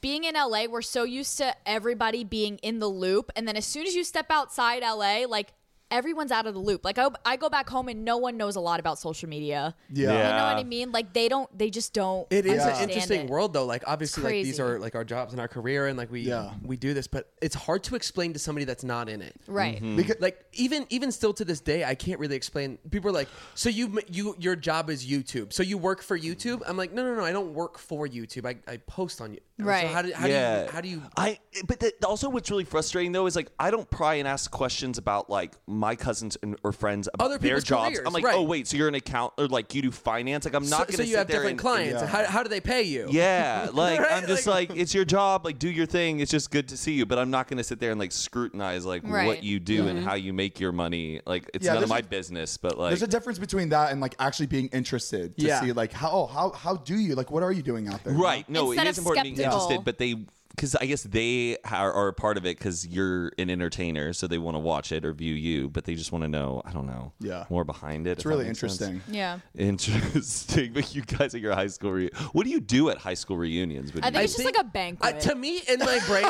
D: being in LA, we're so used to everybody being in the loop, and then as soon as you step outside LA, like everyone's out of the loop. Like I, I go back home and no one knows a lot about social media.
A: yeah,
D: You know
C: Yeah.
D: what I mean? Like they don't, they just don't.
B: It is an
D: understand
B: interesting
D: it.
B: world though. Like obviously like these
D: crazy.
B: are like our jobs and our career and like we
A: Yeah.
B: we do this, but it's hard to explain to somebody that's not in it.
D: right?
C: Mm-hmm.
A: because
B: Like even even still to this day, I can't really explain. People are like, "So you ma- you your job is YouTube. So you work for YouTube?" I'm like, "No, no, no. I don't work for YouTube. I, I post on you." I'm like,
D: Right.
B: So how do how
C: yeah.
B: do you how do you
C: I but that also what's really frustrating though is like I don't pry and ask questions about like my cousins and, or friends about
B: Other
C: their
B: people's
C: jobs.
B: careers,
C: I'm like,
B: right.
C: oh wait, so you're an account or like you do finance? Like I'm not
B: so,
C: gonna
B: so you
C: sit
B: have
C: there
B: different
C: and-
B: clients.
A: Yeah.
B: How, how do they pay you?
C: yeah, like
B: Right?
C: I'm just like,
B: Like-
C: it's your job. Like do your thing. It's just good to see you, but I'm not gonna sit there and like scrutinize like
D: Right.
C: what you do and
B: Mm-hmm.
C: how you make your money. Like it's
A: Yeah,
C: none of
A: there's
C: my
A: a-
C: business. But like
A: there's a difference between that and like actually being interested to
B: Yeah.
A: see like how how how oh, do you like what are you doing out there
C: right, no,
D: Instead
C: it
D: of
C: is important being
D: skeptical.
C: interested, but they because I guess they are, are a part of it because you're an entertainer, so they want to watch it or view you, but they just want to know. I don't know.
A: Yeah.
C: more behind it. if
A: It's
C: that
A: really
C: makes sense.
A: interesting.
D: Yeah.
C: Interesting. But you guys at your high school reunion, what do you do at high school reunions? Would
D: I
C: you
D: think it's just
B: think-
D: like a
B: Uh,
D: banquet.
B: to me, in my brain,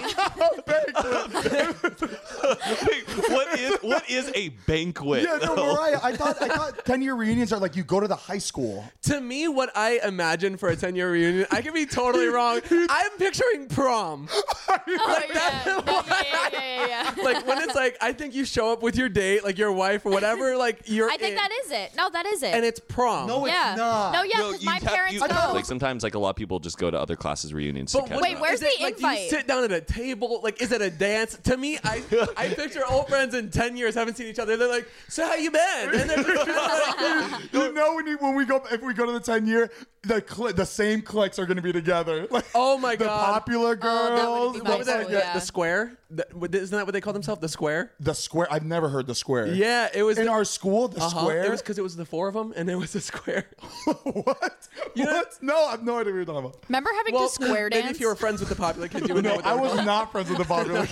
C: Wait, what is what is a banquet?
A: Yeah, no, Mariah. I thought I thought ten year reunions are like you go to the high school.
B: to me, what I imagine for a ten-year reunion, I could be totally wrong. I'm picturing prom.
D: oh, yeah. No, yeah, yeah, yeah, yeah, yeah.
B: Like when it's like, I think you show up with your date, like your wife or whatever. Like you're.
D: I think
B: in,
D: that is it. No, that is it.
B: And it's prom.
A: No, it's
D: yeah.
A: not.
D: No, yeah,
C: No,
D: 'cause
C: you
D: my
C: have-
D: parents
C: you-
D: go.
C: Like sometimes, like a lot of people just go to other classes reunions. to catch
D: Wait,
C: up.
D: where- where's
B: is it,
D: the
B: like, Do
D: invite?
B: you sit down at a table. Like, is it a dance? To me, I I picture old friends in ten years haven't seen each other. They're like, "So how you been?" And they're just like,
A: You know when you, when we go if we go to the ten year, the cli the same cliques are going to be together. Like,
B: Oh my
A: the
B: God.
A: popular
D: Oh,
A: girls,
D: that would be
A: the,
D: nice.
B: What was that?
D: Oh,
B: The-
D: yeah.
B: The square? The- what- isn't that what they call themselves? The square?
A: the square. I've never heard the square.
B: Yeah, it was
A: in
B: the-
A: our school, the
B: Uh-huh.
A: square.
B: It was because it was the four of them, and it was a square.
A: what?
B: You know-
A: what? No, I've no idea what you're talking about.
D: Remember having to square dance?
B: maybe if you were friends with the popular kids, you would know.
A: No,
B: What they
A: I
B: were
A: was
B: called.
A: not friends with the popular.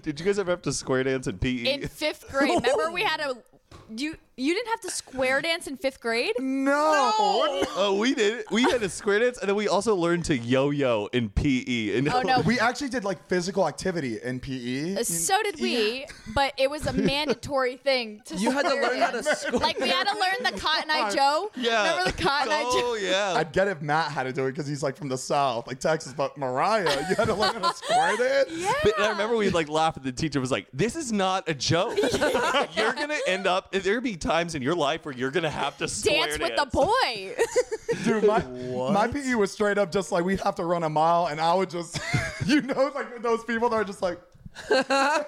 C: Did you guys ever have to square dance E? in PE?
D: in fifth grade. Remember we had a you you didn't have to square dance in fifth grade?
A: no.
C: oh, we did. it. We had a square dance, and then we also learned to yo-yo in E. PE. And
D: Oh, no.
A: We actually did like physical activity in E. PE.
D: Uh, So did we, but it was a mandatory thing to
B: You had to
D: square
B: learn how to
D: dance.
B: square.
D: Like we had to learn the Cotton Eye Joe.
C: Yeah.
D: Remember the Cotton Eye Joe?
C: oh yeah.
A: I'd get if Matt had to do it because he's like from the south, like Texas. But Mariah, you had to learn how to square dance.
D: Yeah.
C: But I remember we'd like laugh, and the teacher was like, "This is not a joke. you're gonna end up. There'll be times in your life where you're gonna have to square
D: dance with the boy.
A: Dude, my, my PE was straight up just like we'd have to run a mile, and I would just, you know, like those people that are just like, and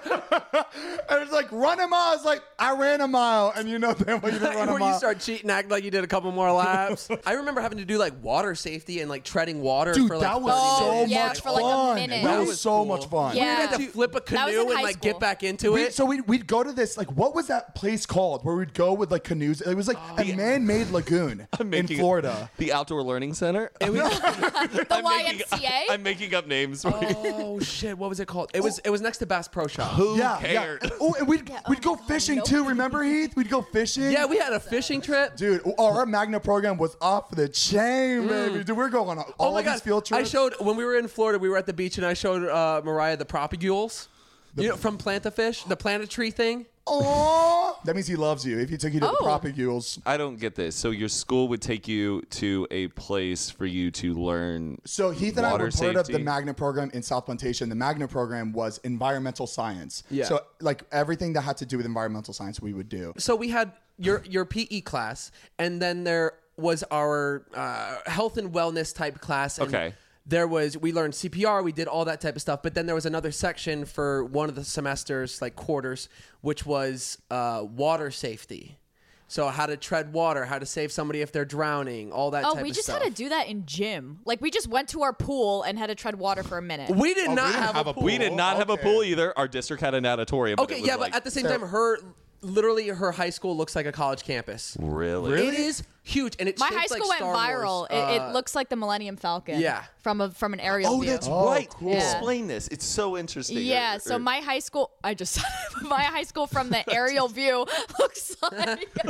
A: it's like run a mile. It's like I ran a mile, and you know damn well you didn't run a
B: Where you
A: mile.
B: start cheating, act like you did a couple more laps. I remember having to do like water safety and like treading water
A: Dude,
B: for like
A: that was
D: 30
A: so
D: minutes. Yeah,
A: much
D: for
A: fun.
D: like a minute.
A: that,
D: That
A: was,
B: was
A: so
B: cool.
A: much fun.
D: Yeah.
B: You had to flip a
D: was
B: canoe
D: in
B: and
D: high
B: like get
D: school.
B: back into
A: We-
B: it.
A: so we'd, we'd go to this like what was that place called where we'd go with like canoes? It was like
B: Oh,
A: a man-made lagoon in
C: making-
A: Florida.
C: The outdoor learning center.
D: The YMCA.
C: I'm making up names.
B: oh shit, what was it called? It was it was next to Bass Pro Shop.
C: Who
A: yeah,
C: cared?
A: yeah. Oh, and we'd
D: oh
A: we'd go
D: my God,
A: fishing
D: nope.
A: too. Remember Heath? We'd go fishing.
B: Yeah, we had a fishing trip.
A: Dude, our Magna program was off the
B: Mm.
A: chain, baby. Dude, we're going on all of these field
B: Oh I
A: trips.
B: showed when we were in Florida. We were at the beach, and I showed uh, Mariah the propagules, you know, from Plantafish, the planetary thing.
A: Aw. That means he loves you. If he took you to the
D: Oh.
A: propagules.
C: I don't get this. So your school would take you to a place for you to learn.
A: So Heath and I
C: water
A: were part of the
C: safety?
A: Magna program in South Plantation. The Magna program was environmental science.
B: Yeah.
A: So like everything that had to do with environmental science, we would do.
B: So we had your your PE class, and then there was our uh, health and wellness type class. And
C: Okay.
B: There was we learned CPR, we did all that type of stuff, but then there was another section for one of the semesters, like quarters, which was uh, water safety. So how to tread water, how to save somebody if they're drowning, all that.
D: Oh,
B: type
D: we
B: of
D: just
B: stuff.
D: had to do that in gym. Like we just went to our pool and had to tread water for a minute.
B: Oh, We did not
A: didn't
B: have,
A: have
B: a
A: a
B: pool.
C: We did not have a
A: okay.
C: pool either. Our district had an auditorium.
B: Okay, yeah, but at the same time, her literally her high school looks like a college campus.
C: really,
B: It is huge, and it's
D: My
B: shaped
D: high school
B: like
D: went
B: Star
D: viral.
B: Wars.
D: It,
B: Uh,
D: it looks like the Millennium Falcon.
B: Yeah.
D: From a from an aerial
C: Oh,
D: view.
C: that's right.
A: cool.
D: Yeah.
C: Explain this. It's so interesting.
D: Yeah,
C: Or-
D: so
C: or-
D: my high school, I just, my high school from the aerial view looks like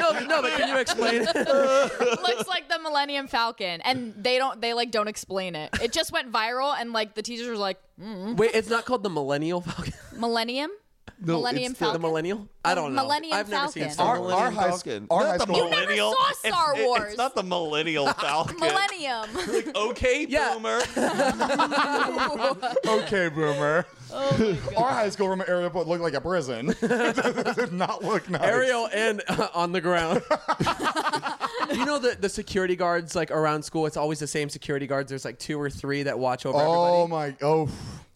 B: no, no, but can you explain?
D: looks like the Millennium Falcon, and they don't, they like don't explain it. It just went viral, and like the teachers were like, "Mm,
B: Wait, it's not called the Millennial Falcon.
D: Millennium, Millennium
C: it's the-
D: Falcon.
B: The Millennial? I don't know.
D: Millennium
B: I've never
D: Falcon.
B: seen Star
A: Our-
B: Wars.
A: our high-
C: Falcon.
A: our
C: Not
A: high
C: the
A: school- You
D: never
C: millennial.
D: saw Star
C: it's, it-
D: Wars.
C: it's not the millennial Falcon.
D: Millennium.
C: Like, okay,
B: Yeah.
C: boomer.
A: okay, boomer. Our high school room area but looked like a prison. it did not look nice.
B: Ariel and uh, on the ground. you know the the security guards like around school. It's always the same security guards. There's like two or three that watch over everybody.
A: Oh my oh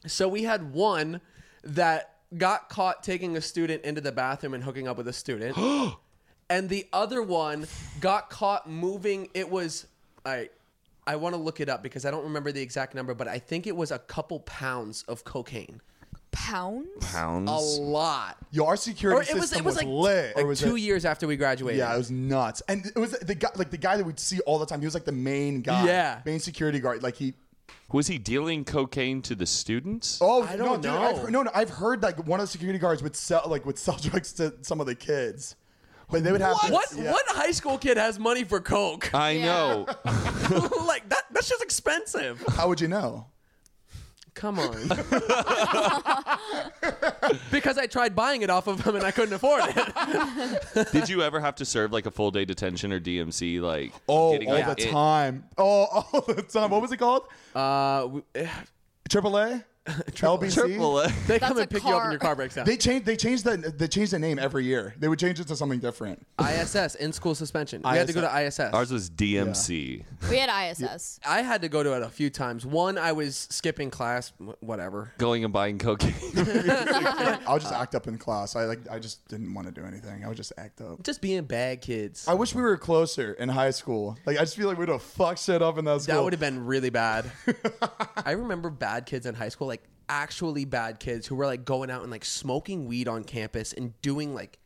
B: So we had one that got caught taking a student into the bathroom and hooking up with a student. and the other one got caught moving. It was I I want to look it up because I don't remember the exact number, but I think it was a couple pounds of cocaine.
D: Pounds.
C: Pounds.
B: A lot.
A: Yo, our security
B: Or it
A: system
B: was it was, like,
A: lit.
B: like
A: Or was
B: two
A: it-
B: years after we graduated.
A: Yeah, it was nuts. And it was the guy, like the guy that we'd see all the time. He was like the main guy.
B: Yeah.
A: main security guard. Like he
C: Was he dealing cocaine to the students?
A: Oh,
B: I
A: no,
B: don't
A: dude, I've
B: know.
A: heard- no, no, I've heard like one of the security guards would sell like would sell drugs to some of the kids, but they would have
B: What
A: to,
B: what,
A: yeah.
B: what high school kid has money for coke?
C: I
D: Yeah.
C: know.
B: like that that's just expensive.
A: How would you know?
B: Come on. because I tried buying it off of him and I couldn't afford it.
C: Did you ever have to serve like a full day detention or DMC? Like
A: Oh,
C: getting,
A: all
C: like,
A: the
C: it-
A: time. Oh, all the time. What was it called?
B: Uh, we- eh,
A: Triple A, LBC.
C: Triple A.
B: they
D: That's
B: come and
D: a
B: pick you up
D: car.
B: and your car breaks down.
A: They changed. They changed the. They changed the name every year. They would change it to something different.
B: ISS in school suspension. We had to go to ISS.
C: Ours was DMC.
D: We had ISS.
B: I had to go to it a few times. One, I was skipping class, wh- whatever.
C: Going and buying cocaine.
A: I'll
B: Uh.
A: just act up in class. I like. I just didn't want to do anything. I would just act up.
B: Just being bad kids.
A: I wish we were closer in high school. Like I just feel like we'd have fucked shit up in that school.
B: That would have been really bad. I remember bad kids in high school, like actually bad kids who were like going out and like smoking weed on campus and doing like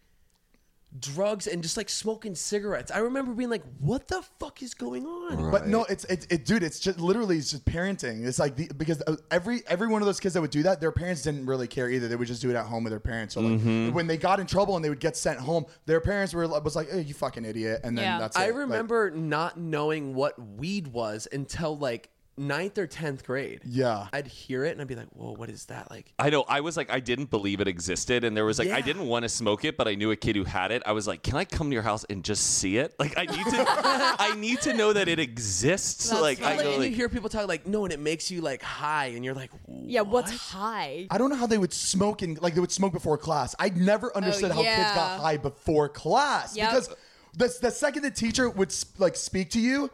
B: drugs and just like smoking cigarettes. I remember being like, what the fuck is going on?
A: But no, it's it, it, dude. It's just literally it's just parenting. It's like the, because uh, every every one of those kids that would do that, their parents didn't really care either. They would just do it at home with their parents. So like
B: Mm-hmm.
A: when they got in trouble and they would get sent home, their parents were was like, "Hey, you fucking idiot," and then
D: Yeah.
A: that's.
B: I
A: it. Like,
B: remember not knowing what weed was until like ninth or 10th grade.
A: yeah.
B: I'd hear it and I'd be like, whoa, what is that? Like,
C: I know. I was like, I didn't believe it existed, and there was like, I
B: Yeah.
C: didn't want to smoke it, but I knew a kid who had it. I was like, Can I come to your house and just see it? Like, I need to, I need to know that it exists.
D: That's
C: like,
D: funny.
C: I
B: like,
C: go
B: and you
C: like,
B: hear people talk like, no, and it makes you like high, and you're like,
D: Yeah, what's
B: "What?"
D: high?
A: I don't know how they would smoke in like they would smoke before class. I never understood how kids
D: yeah.
A: got high before class
D: Yep.
A: because the the second the teacher would sp- like speak to you,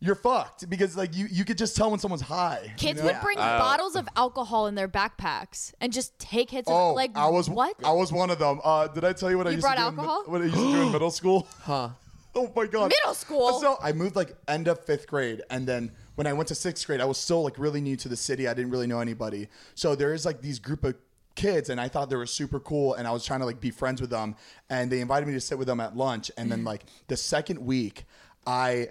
A: you're fucked because like you you could just tell when someone's high.
D: Kids would bring bottles of alcohol in their backpacks and just take hits.
A: Oh,
D: of, like
A: I was
D: what?
A: I was one of them. Uh, did I tell you what I
D: You
A: used
D: brought
A: to do in mi-
D: alcohol?
A: what I used to do in middle school? Huh. Oh my god.
D: Middle school?
A: So I moved like end of fifth grade, and then when I went to sixth grade, I was still like really new to the city. I didn't really know anybody. So there is like these group of kids, and I thought they were super cool, and I was trying to like be friends with them, and they invited me to sit with them at lunch, and
D: Mm-hmm.
A: then like the second week, I.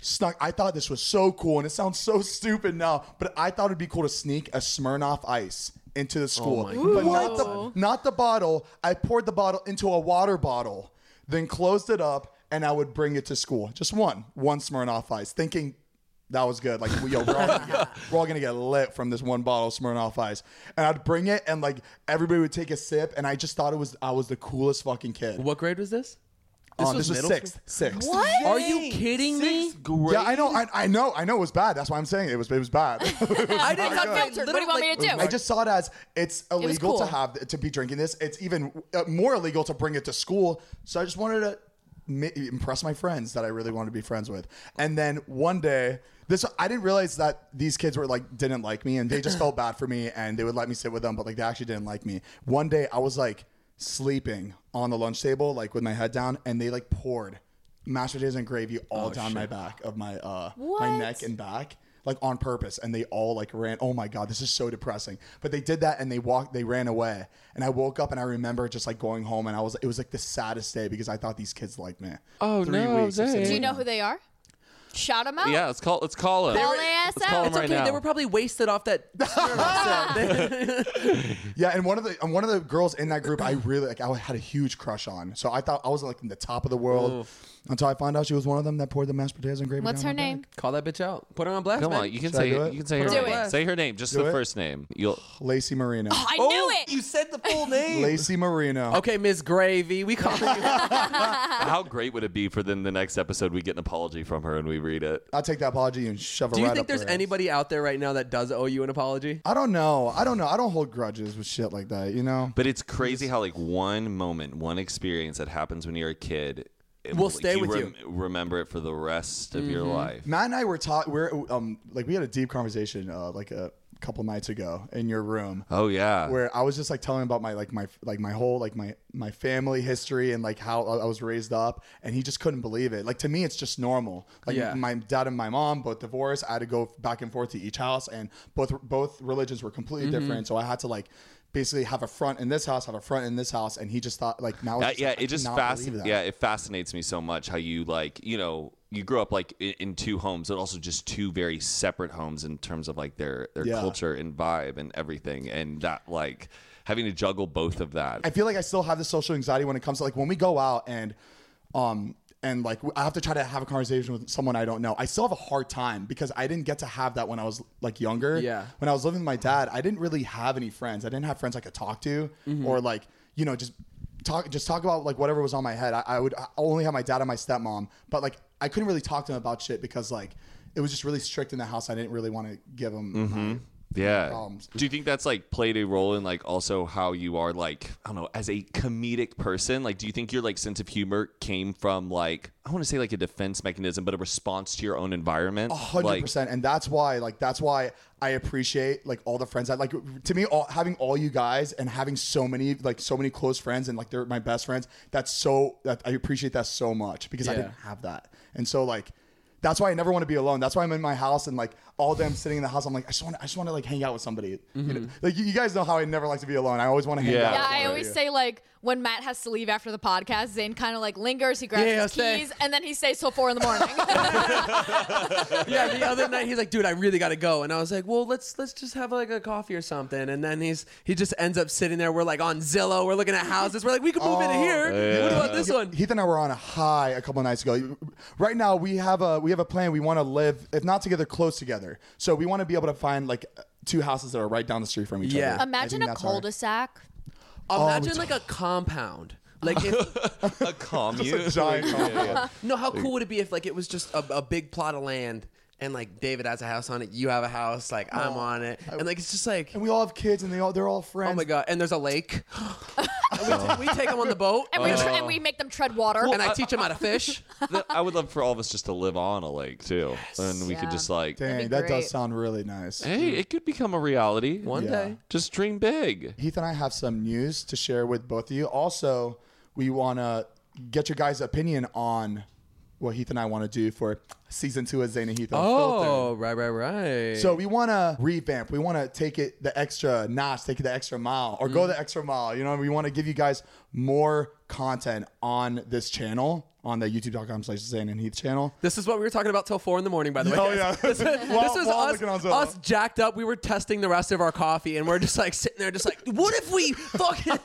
A: Snuck. I thought this was so cool, and it sounds so stupid now, but I thought it'd be cool to sneak a Smirnoff Ice
B: Oh
A: into the school. but not the, not the bottle. I poured the bottle into a water bottle, then closed it up, and I would bring it to school. Just one, one Smirnoff Ice, thinking that was good. Like, yo, we're all, gonna get, we're all gonna get lit from this one bottle of Smirnoff Ice. And I'd bring it, and like everybody would take a sip, and I just thought it was I was the coolest fucking kid.
B: What grade was this?
A: Um, this was
B: middle
A: sixth,
B: school?
A: sixth.
D: what?
B: Are you kidding me?
A: Yeah, I know, I, I know, I know. It was bad. That's why I'm saying it was. It was bad.
B: I didn't
D: It's unfiltered. What do you want me to do?
A: I just saw it as it's illegal
D: cool.
A: to have to be drinking this. It's even uh, more illegal to bring it to school. So I just wanted to ma- impress my friends that I really wanted to be friends with. And then one day, this I didn't realize that these kids were like didn't like me and they just felt bad for me and they would let me sit with them, but like they actually didn't like me. One day I was like sleeping on the lunch table, like with my head down, and they like poured mashed potatoes and gravy all
B: Oh,
A: down my back of my uh my
D: What?
A: neck and back like on purpose and they all like ran oh my god this is so depressing but they did that and they walked they ran away and i woke up and i remember just like going home and i was it was like the saddest day because i thought these kids liked me oh three
C: no,
A: weeks of
C: dang.
A: sitting
D: Do you
A: with
D: know
A: them.
D: who they are? Shout them out.
C: Yeah, let's call, let's call him.
D: Call
C: Let's
D: ASL.
C: call him
D: It's
C: right
B: Okay,
C: now.
B: they were probably wasted off that.
A: yeah and one of the and one of the girls in that group i really like i had a huge crush on so i thought i was like in the top of the world until i found out she was one of them that poured the mashed potatoes and gravy
D: What's
A: down
D: her
A: my
D: name?
B: Call that bitch out. Put her on blast.
C: Come
B: man.
C: on, you can
A: Should I
C: say
A: do it?
C: you can say her
D: Do
C: name.
D: it.
C: Say her name, just
A: Do
C: the
A: it.
C: first name. You'll
A: back. lacey marino
D: I
B: Oh,
D: knew it.
B: You said the full name.
A: lacey marino
B: Okay, Miss Gravy, we call you.
C: How great would it be for then the next episode we get an apology from her and we read it?
A: i'll take that apology and shove
B: Do
A: it
B: you
A: right
B: think
A: up
B: there's
A: her ass.
B: anybody out there right now that does owe you an apology?
A: I don't know. I don't know. I don't hold grudges with shit like that, you know?
C: But it's crazy how like one moment, one experience that happens when you're a kid it
B: Will stay with
C: you. Remember it for the rest of
D: Mm-hmm.
C: your life.
A: Matt and I were taught we're um like we had a deep conversation uh like a couple nights ago in your room.
C: Oh yeah.
A: Where I was just like telling about my like my like my whole like my my family history and like how I was raised up, and he just couldn't believe it. Like to me, it's just normal. Like
B: Yeah.
A: my dad and my mom both divorced.
C: Mm-hmm.
A: I had to go back and forth to each house, and both both religions were completely different. So I had to like basically have a front in this house, have a front in this house, and he just thought like now.
C: Uh,
A: it's
C: yeah,
A: like, I
C: it just
A: cannot
C: fasc-
A: believe that.
C: yeah, it fascinates me so much how you like, you know, you grow up like in, in two homes, but also just two very separate homes in terms of like their their
A: Yeah.
C: culture and vibe and everything, and that like having to juggle both of that.
A: I feel like I still have the social anxiety when it comes to like when we go out and um and like I have to try to have a conversation with someone I don't know. I still have a hard time because I didn't get to have that when I was like younger.
B: Yeah.
A: When I was living with my dad, I didn't really have any friends. I didn't have friends I could talk to or like, you know, just talk just talk about like whatever was on my head. I, I would I only have my dad and my stepmom, but like I couldn't really talk to them about shit because like it was just really strict in the house. I didn't really want to give them
C: yeah.
A: problems.
C: Do you think that's like played a role in like also how you are like I don't know as a comedic person? Like, do you think your like sense of humor came from like I want to say like a defense mechanism, but a response to your own environment?
A: hundred
C: Like,
A: percent, and that's why, like, that's why I appreciate like all the friends that, like, to me, all, having all you guys and having so many, like, so many close friends and like they're my best friends. That's so that I appreciate that so much because I
B: Yeah.
A: didn't have that, and so like. That's why I never want to be alone. That's why I'm in my house and like all day I'm sitting in the house. I'm like, I just want, to, I just want to like hang out with somebody. You know, like you, you guys know how I never like to be alone. I always want to hang
C: Mm-hmm. Yeah.
A: out. with
D: Yeah, I
A: somebody.
D: always say like when Matt has to leave after the podcast, Zane kind of like lingers. He grabs
B: Yeah,
D: his
B: I'll stay.
D: keys and then he stays till four in the morning.
B: yeah, the other night he's like, "Dude, I really gotta go," and I was like, "Well, let's let's just have like a coffee or something." And then he's he just ends up sitting there. We're like on Zillow. We're looking at houses. We're like, "We could move into here." What about this one?
A: Heath and I were on a high a couple nights ago. Right now we have a we have a plan. We want to live, if not together, close together. So we want to be able to find like two houses that are right down the street from each
B: Yeah.
A: other. I
D: Imagine
A: think
D: a
A: that's our-
D: cul-de-sac.
B: Imagine like a compound. Like, if,
C: a commune.
A: giant compound.
B: no, how cool would it be if like it was just a, a big plot of land and like David has a house on it, you have a house, like I'm on it, and like it's just like.
A: Oh, And we all have kids, and they all they're all friends.
B: Oh my god! And there's a lake. And we, t- we take them on the boat,
D: And we,
A: Oh.
D: and we make them tread water.
B: and I teach them how to fish.
C: Th- I would love for all of us just to live on a lake too, and we could
D: Yeah.
C: just like,
A: Dang,
D: be
A: that
D: great.
A: does sound really nice.
C: hey, it could become a reality
B: One
A: Yeah.
B: day,
C: Just dream big.
A: Heath and I have some news to share with both of you. Also, we want to get your guys' opinion on what Heath and I want to do for season two of Zane and Heath. Unfiltered.
B: Oh, right, right, right.
A: So we want to revamp. We want to take it the extra notch, take it the extra mile, or go the extra mile. You know, we want to give you guys more content on this channel, on the youtube.com slash Zane and Heath channel.
B: this is what we were talking about till four in the morning, by the way.
A: Oh,
B: guys.
A: yeah.
B: this, this
A: While-
B: was
A: while
B: us,
A: looking on Zillow.
B: us jacked up. We were testing the rest of our coffee, and we're just like sitting there, just like, what if we fucking?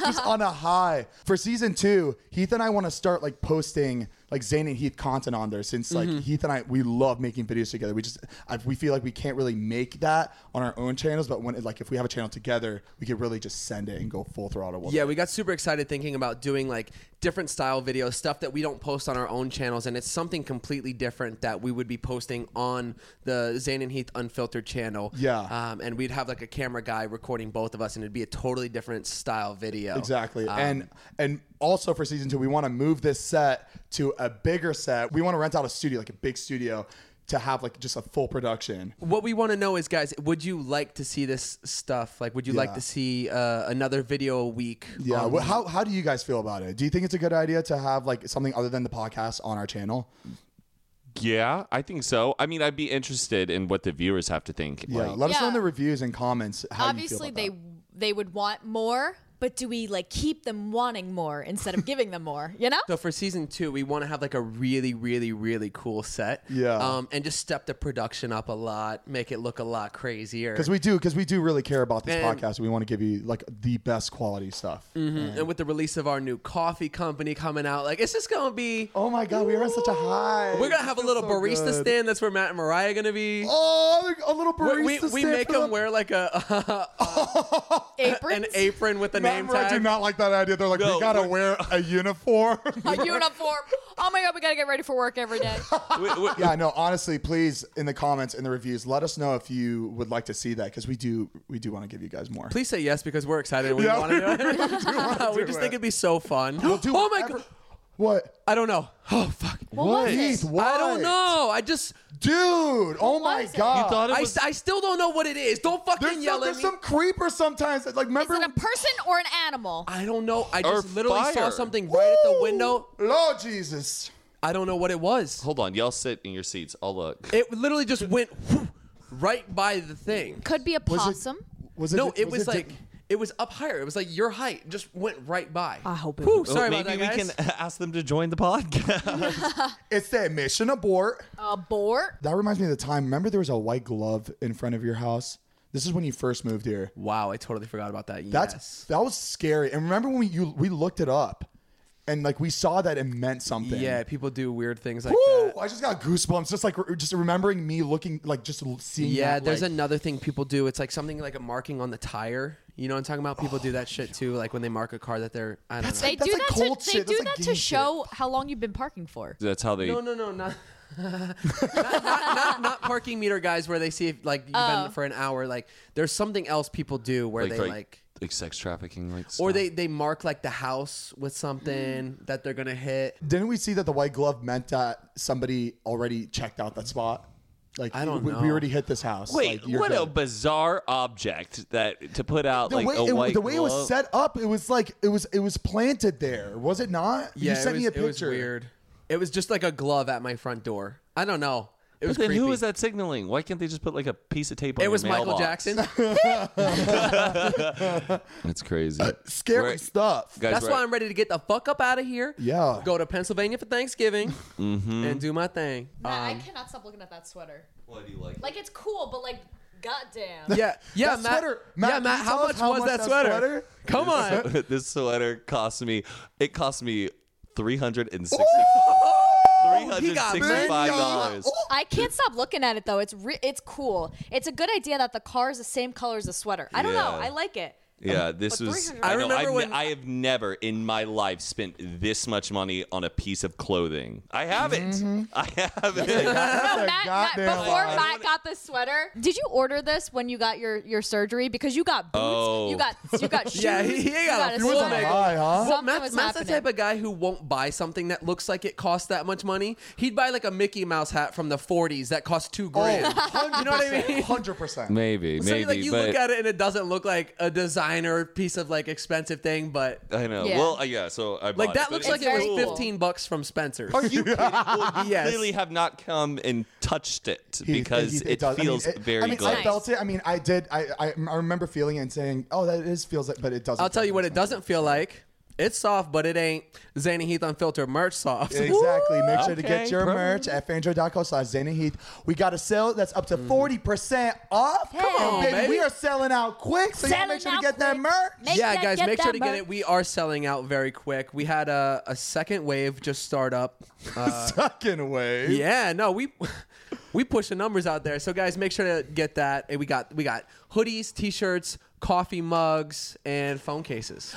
A: Just on a high. For season two, Heath and I want to start like posting like Zane and Heath content on there since like Heath and I, we love making videos together. We just, I, we feel like we can't really make that on our own channels, but when it, like if we have a channel together, we could really just send it and go full throttle. with it.
B: yeah, we got super excited thinking about doing like different style videos, stuff that we don't post on our own channels, and it's something completely different that we would be posting on the Zane and Heath Unfiltered channel.
A: Yeah.
B: um, and we'd have like a camera guy recording both of us, and it'd be a totally different style video.
A: Exactly.
B: Um,
A: and and also for season two, we want to move this set to a bigger set. We want to rent out a studio, like a big studio, to have like just a full production.
B: what we want to know is guys would you like to see this stuff like would you like
A: Yeah.
B: to see uh, another video a week Um,
A: Yeah.
B: on-
A: wh- how how do you guys feel about it? Do you think it's a good idea to have like something other than the podcast on our channel?
C: Yeah, I think so. I mean, I'd be interested in what the viewers have to think.
A: Yeah.
C: Like,
A: Let us know in
D: Yeah.
A: the reviews and comments how
D: Obviously,
A: you feel
D: they
A: about
D: they would want more, but do we like keep them wanting more instead of giving them more? You know?
B: so for season two we want to have like a really really really cool set
A: Yeah.
B: um, and just step the production up a lot make it look a lot crazier
A: because we do because we do really care about this
B: And- Mm-hmm.
A: podcast. We want to give you like the best quality stuff.
B: and uh, with the release of our new coffee company coming out like it's just gonna be
A: Oh my god, we are on such a high.
B: we're gonna have a
A: This is so
B: little barista
A: good.
B: stand that's where matt and mariah are gonna be
A: Oh, a little barista
B: We- we,
A: stand.
B: we make
A: for the-
B: them wear like a
D: Aprons,
B: an apron with a
A: Matt
B: name
A: and Mariah
B: tag.
A: do not like that idea. They're like, we gotta wear a uniform.
D: a uniform. Oh my god, we gotta get ready for work every day.
C: w- w-
A: yeah, no. Honestly, please in the comments in the reviews, let us know if you would like to see that because we do we do want to give you guys more.
B: Please say yes because we're excited. and We
A: Yeah,
B: want
A: we
B: to do it. We
A: do
B: just
A: it.
B: think it'd be so fun.
A: do
B: oh my
A: whatever-
B: god!
A: What?
B: I don't know. Oh fuck!
D: What was it?
A: Keith, what?
B: I don't know. I just
A: dude. Oh my
D: was it?
A: god.
C: you thought it
B: I,
C: was.
B: I still don't know what it is. Don't fucking
A: there's
B: yell
A: some,
B: at
A: there's
B: me.
A: some creeper sometimes. that, Like,
D: Is
A: remember?
D: it a person or an animal?
B: I don't know. I
C: Or
B: just literally saw
C: fire.
B: something right at the
A: Woo!
B: window.
A: Lord Jesus.
B: I don't know what it was.
C: Hold on, y'all sit in your seats. I'll look.
B: It literally just went whoop, right by the thing.
D: Could be a
A: Was it-
D: possum.
A: Was it?
B: No, it was
A: di-
B: like It was up higher. It was like your height just went right by. I
D: hope it-
B: Whew, sorry
C: Well,
B: about
C: maybe
B: that, guys.
C: we can ask them to join the podcast.
A: It's that mission abort.
D: Abort.
A: That reminds me of the time. Remember, there was a white glove in front of your house. This is when you first moved here.
B: Wow, I totally forgot about that.
A: That's
B: yes.
A: that was scary. And remember when we, you we looked it up, and like we saw that it meant something.
B: yeah. People do weird things like
A: Woo!
B: that.
A: I just got goosebumps. Just like re- just remembering me looking, like just l- seeing.
B: Yeah,
A: that,
B: there's
A: like,
B: another thing people do. It's like something like a marking on the tire. You know what I'm talking about? People do that shit too, like when they mark a car that they're I don't know.
D: They
A: That's
D: do
A: like
D: that
A: cold
D: to they
A: shit.
D: do
A: That's like
D: that to
A: gang shit.
D: show how long you've been parking for.
C: That's how they.
B: no, no, no, not not, not, not, not parking meter guys where they see if like you've been for an hour. Like there's something else people do where
C: Like,
B: they
C: for,
B: like,
C: like, like sex trafficking, like
B: or
C: stuff.
B: they they mark like the house with something
A: Mm.
B: that they're gonna hit.
A: Didn't we see that the white glove meant that somebody already checked out that spot? Like
B: I don't
A: we,
B: know.
A: we already hit this house.
C: Wait,
A: like, you're
C: what a
A: good.
C: bizarre object that to put out
A: the
C: like
A: way,
C: a white
A: it, the way it was
C: glove.
A: set up, it was like it was it was planted there, was it not? you
B: it
A: sent me
B: was-
A: a picture.
B: It was weird. It was just like a glove at my front door. I don't know. It was
C: But then
B: creepy.
C: who is that signaling? Why can't they just put like a piece of tape on
B: It
C: your
B: was Michael
C: mailbox?
B: Jackson.
C: That's crazy.
B: Uh,
A: Scary
C: We're-
A: stuff.
C: Guys,
B: That's
C: we're-
B: why I'm ready to get the fuck up out of here.
A: Yeah.
B: Go to Pennsylvania for Thanksgiving and do my thing. Uh,
D: I cannot stop looking at that sweater.
C: Why do you like
D: Like it's cool, but like, goddamn.
B: Yeah, yeah,
A: That
B: Matt,
A: sweater- Matt,
B: Yeah,
A: can
B: Matt.
A: you
B: How
A: tell us
B: much
A: how
B: was
A: much
B: that
A: that
B: sweater?
A: sweater-
B: Come on.
C: this sweater cost me it cost me three hundred and sixty three
B: he
C: hundred
B: got
C: sixty five dollars.
D: I can't stop looking at it though. It's re- it's cool. It's a good idea that the car is the same color as the sweater. I don't know.
C: Yeah.
D: I like it.
C: Yeah, this
D: but
C: was.
D: 300
C: I,
B: I
C: know,
B: remember
C: I've ne-
B: when-
C: I have never in my life spent this much money on a piece of clothing. I haven't.
B: Mm-hmm.
C: I haven't.
D: No, Matt, Matt,
A: goddamn
D: before
A: lie.
D: Matt got this sweater, did you order this when you got your, your surgery? Because you got boots,
C: Oh.
D: you got you got shoes,
B: Yeah, he- he got a
A: You
D: sweater.
A: was
B: full
A: on high, huh?
D: Something
B: Matt's,
D: was
B: Matt's the
D: happening.
B: type of guy who won't buy something that looks like it costs that much money. He'd buy like a Mickey Mouse hat from the 40s that cost two grand.
D: Oh,
B: you know what I mean?
A: Hundred percent.
C: maybe,
B: so like you look at it and it doesn't look like a designer piece of like expensive thing, but
C: I know.
D: Yeah.
C: Well, uh, yeah. So I
B: like
C: bought
B: that
C: it,
B: looks
C: but
B: like
C: it's
B: it was
D: cool.
B: 15 bucks from Spencer's.
C: Are you kidding? Well, you
B: Yes.
C: clearly have not come and touched it because it,
A: does. I mean,
C: feels
A: it-
C: very
A: I mean,
C: good.
A: I felt it. I mean, I did. I, I I remember feeling it and saying, "Oh, that is feels like," but it doesn't.
B: I'll tell
A: feel
B: you what it
A: like
B: doesn't feel like. It's soft, but it ain't Zany Heath Unfiltered merch soft.
A: that. Exactly. Make sure to
C: Okay,
A: get your merch at fanjo.co slash Zane and Heath. We got a sale that's up to 40% off. Come
D: Hell,
A: on, baby.
B: baby.
A: We are selling out quick, so y'all
D: Selling
A: make sure to
D: out
A: get that
D: quick.
A: merch.
D: Make
B: yeah,
D: that-
B: guys,
D: get
B: make
D: that
B: sure to get
D: merch.
B: it. We are selling out very quick. We had a, a second wave just start up. Uh,
A: Sucking away.
B: yeah, no, we we push the numbers out there. So guys, make sure to get that. And we got we got hoodies, t-shirts, coffee mugs, and phone cases.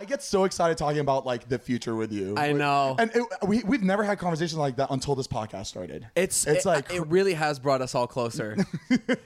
A: I get so excited talking about like the future with you.
B: I
A: Like,
B: know.
A: and it, we we've never had conversations like that until this podcast started.
B: It's
A: it's
B: it-
A: like
B: it really has brought us all closer.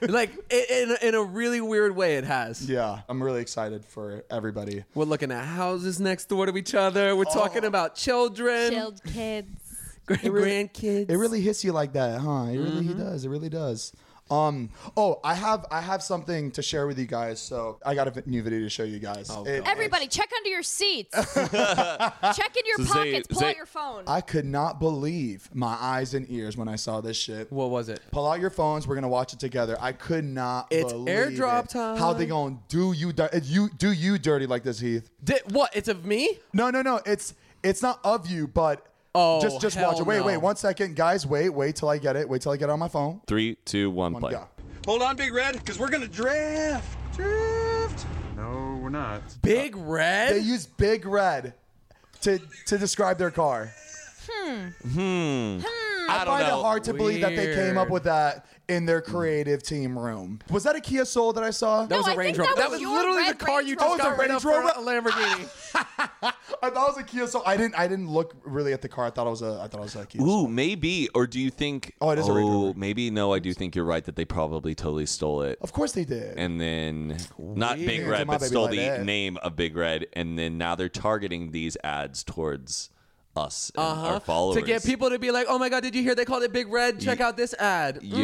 B: like i- in, a- in a really weird way, it has.
A: yeah. I'm really excited for everybody.
B: We're looking at houses next door to each other.
A: Oh.
B: We're talking about children,
D: Chilled kids.
B: grand- grandkids. Mm-hmm.
A: It really hits you like that, huh? It really does. It really does. Um. Oh, I have I have something to share with you guys. So I got a vi- new video to show you guys.
B: Oh,
A: It-
D: Everybody, check under your seats. check in your
C: So Zay-
D: pockets. Pull out
C: Zay-
D: your phone.
A: I could not believe my eyes and ears when I saw this shit.
B: What was it?
A: Pull out your phones. We're gonna watch it together. I could not.
B: It's
A: believe
B: airdrop
A: it.
B: time.
A: How they gonna do you? Di- you do you dirty like this, Heath?
B: Did, what? It's of me?
A: No, no, no. It's it's not of you, but
B: Oh,
A: just just
B: hell
A: watch it. Wait,
B: no.
A: wait, one second, guys. Wait, wait till I get it. Wait till I get it on my phone.
C: Three, two, one, play.
A: Yeah.
E: Hold on, Big Red, because we're going to draft. Draft. No, we're not.
B: Big
A: They
B: Red?
A: use Big Red to to describe their car.
C: I don't
A: find
C: know. Hmm.
A: it hard to believe that they came up
B: Weird.
A: with that in their creative team room. Was that a Kia Soul that I saw?
B: That was
D: No,
B: a
D: I
B: Range
D: think
B: Rover.
D: that
B: That
D: was
B: was,
D: your
B: literally
D: red
B: the car
D: Range
B: you just
D: Rover.
B: got right
A: Oh,
B: up
A: it's a
B: front
A: Range Ah.
B: of a Lamborghini.
A: I thought it was a Kia Soul. I didn't I didn't look really at the car. I thought it was a I thought it was a Kia. Soul.
C: Ooh, maybe. Or do you think?
A: Oh, it is a Range Rover.
C: maybe. No, I do think you're right that they probably totally stole it.
A: Of course they did.
C: And then not Big
A: Weird.
C: Red,
A: My
C: but
A: baby
C: stole
A: like
C: the
A: that.
C: name of Big Red, and then now they're targeting these ads towards us and our followers
B: Uh-huh. to get people to be like, oh my God, did you hear they called it Big Red? Check out this ad. Mm.
C: Yeah,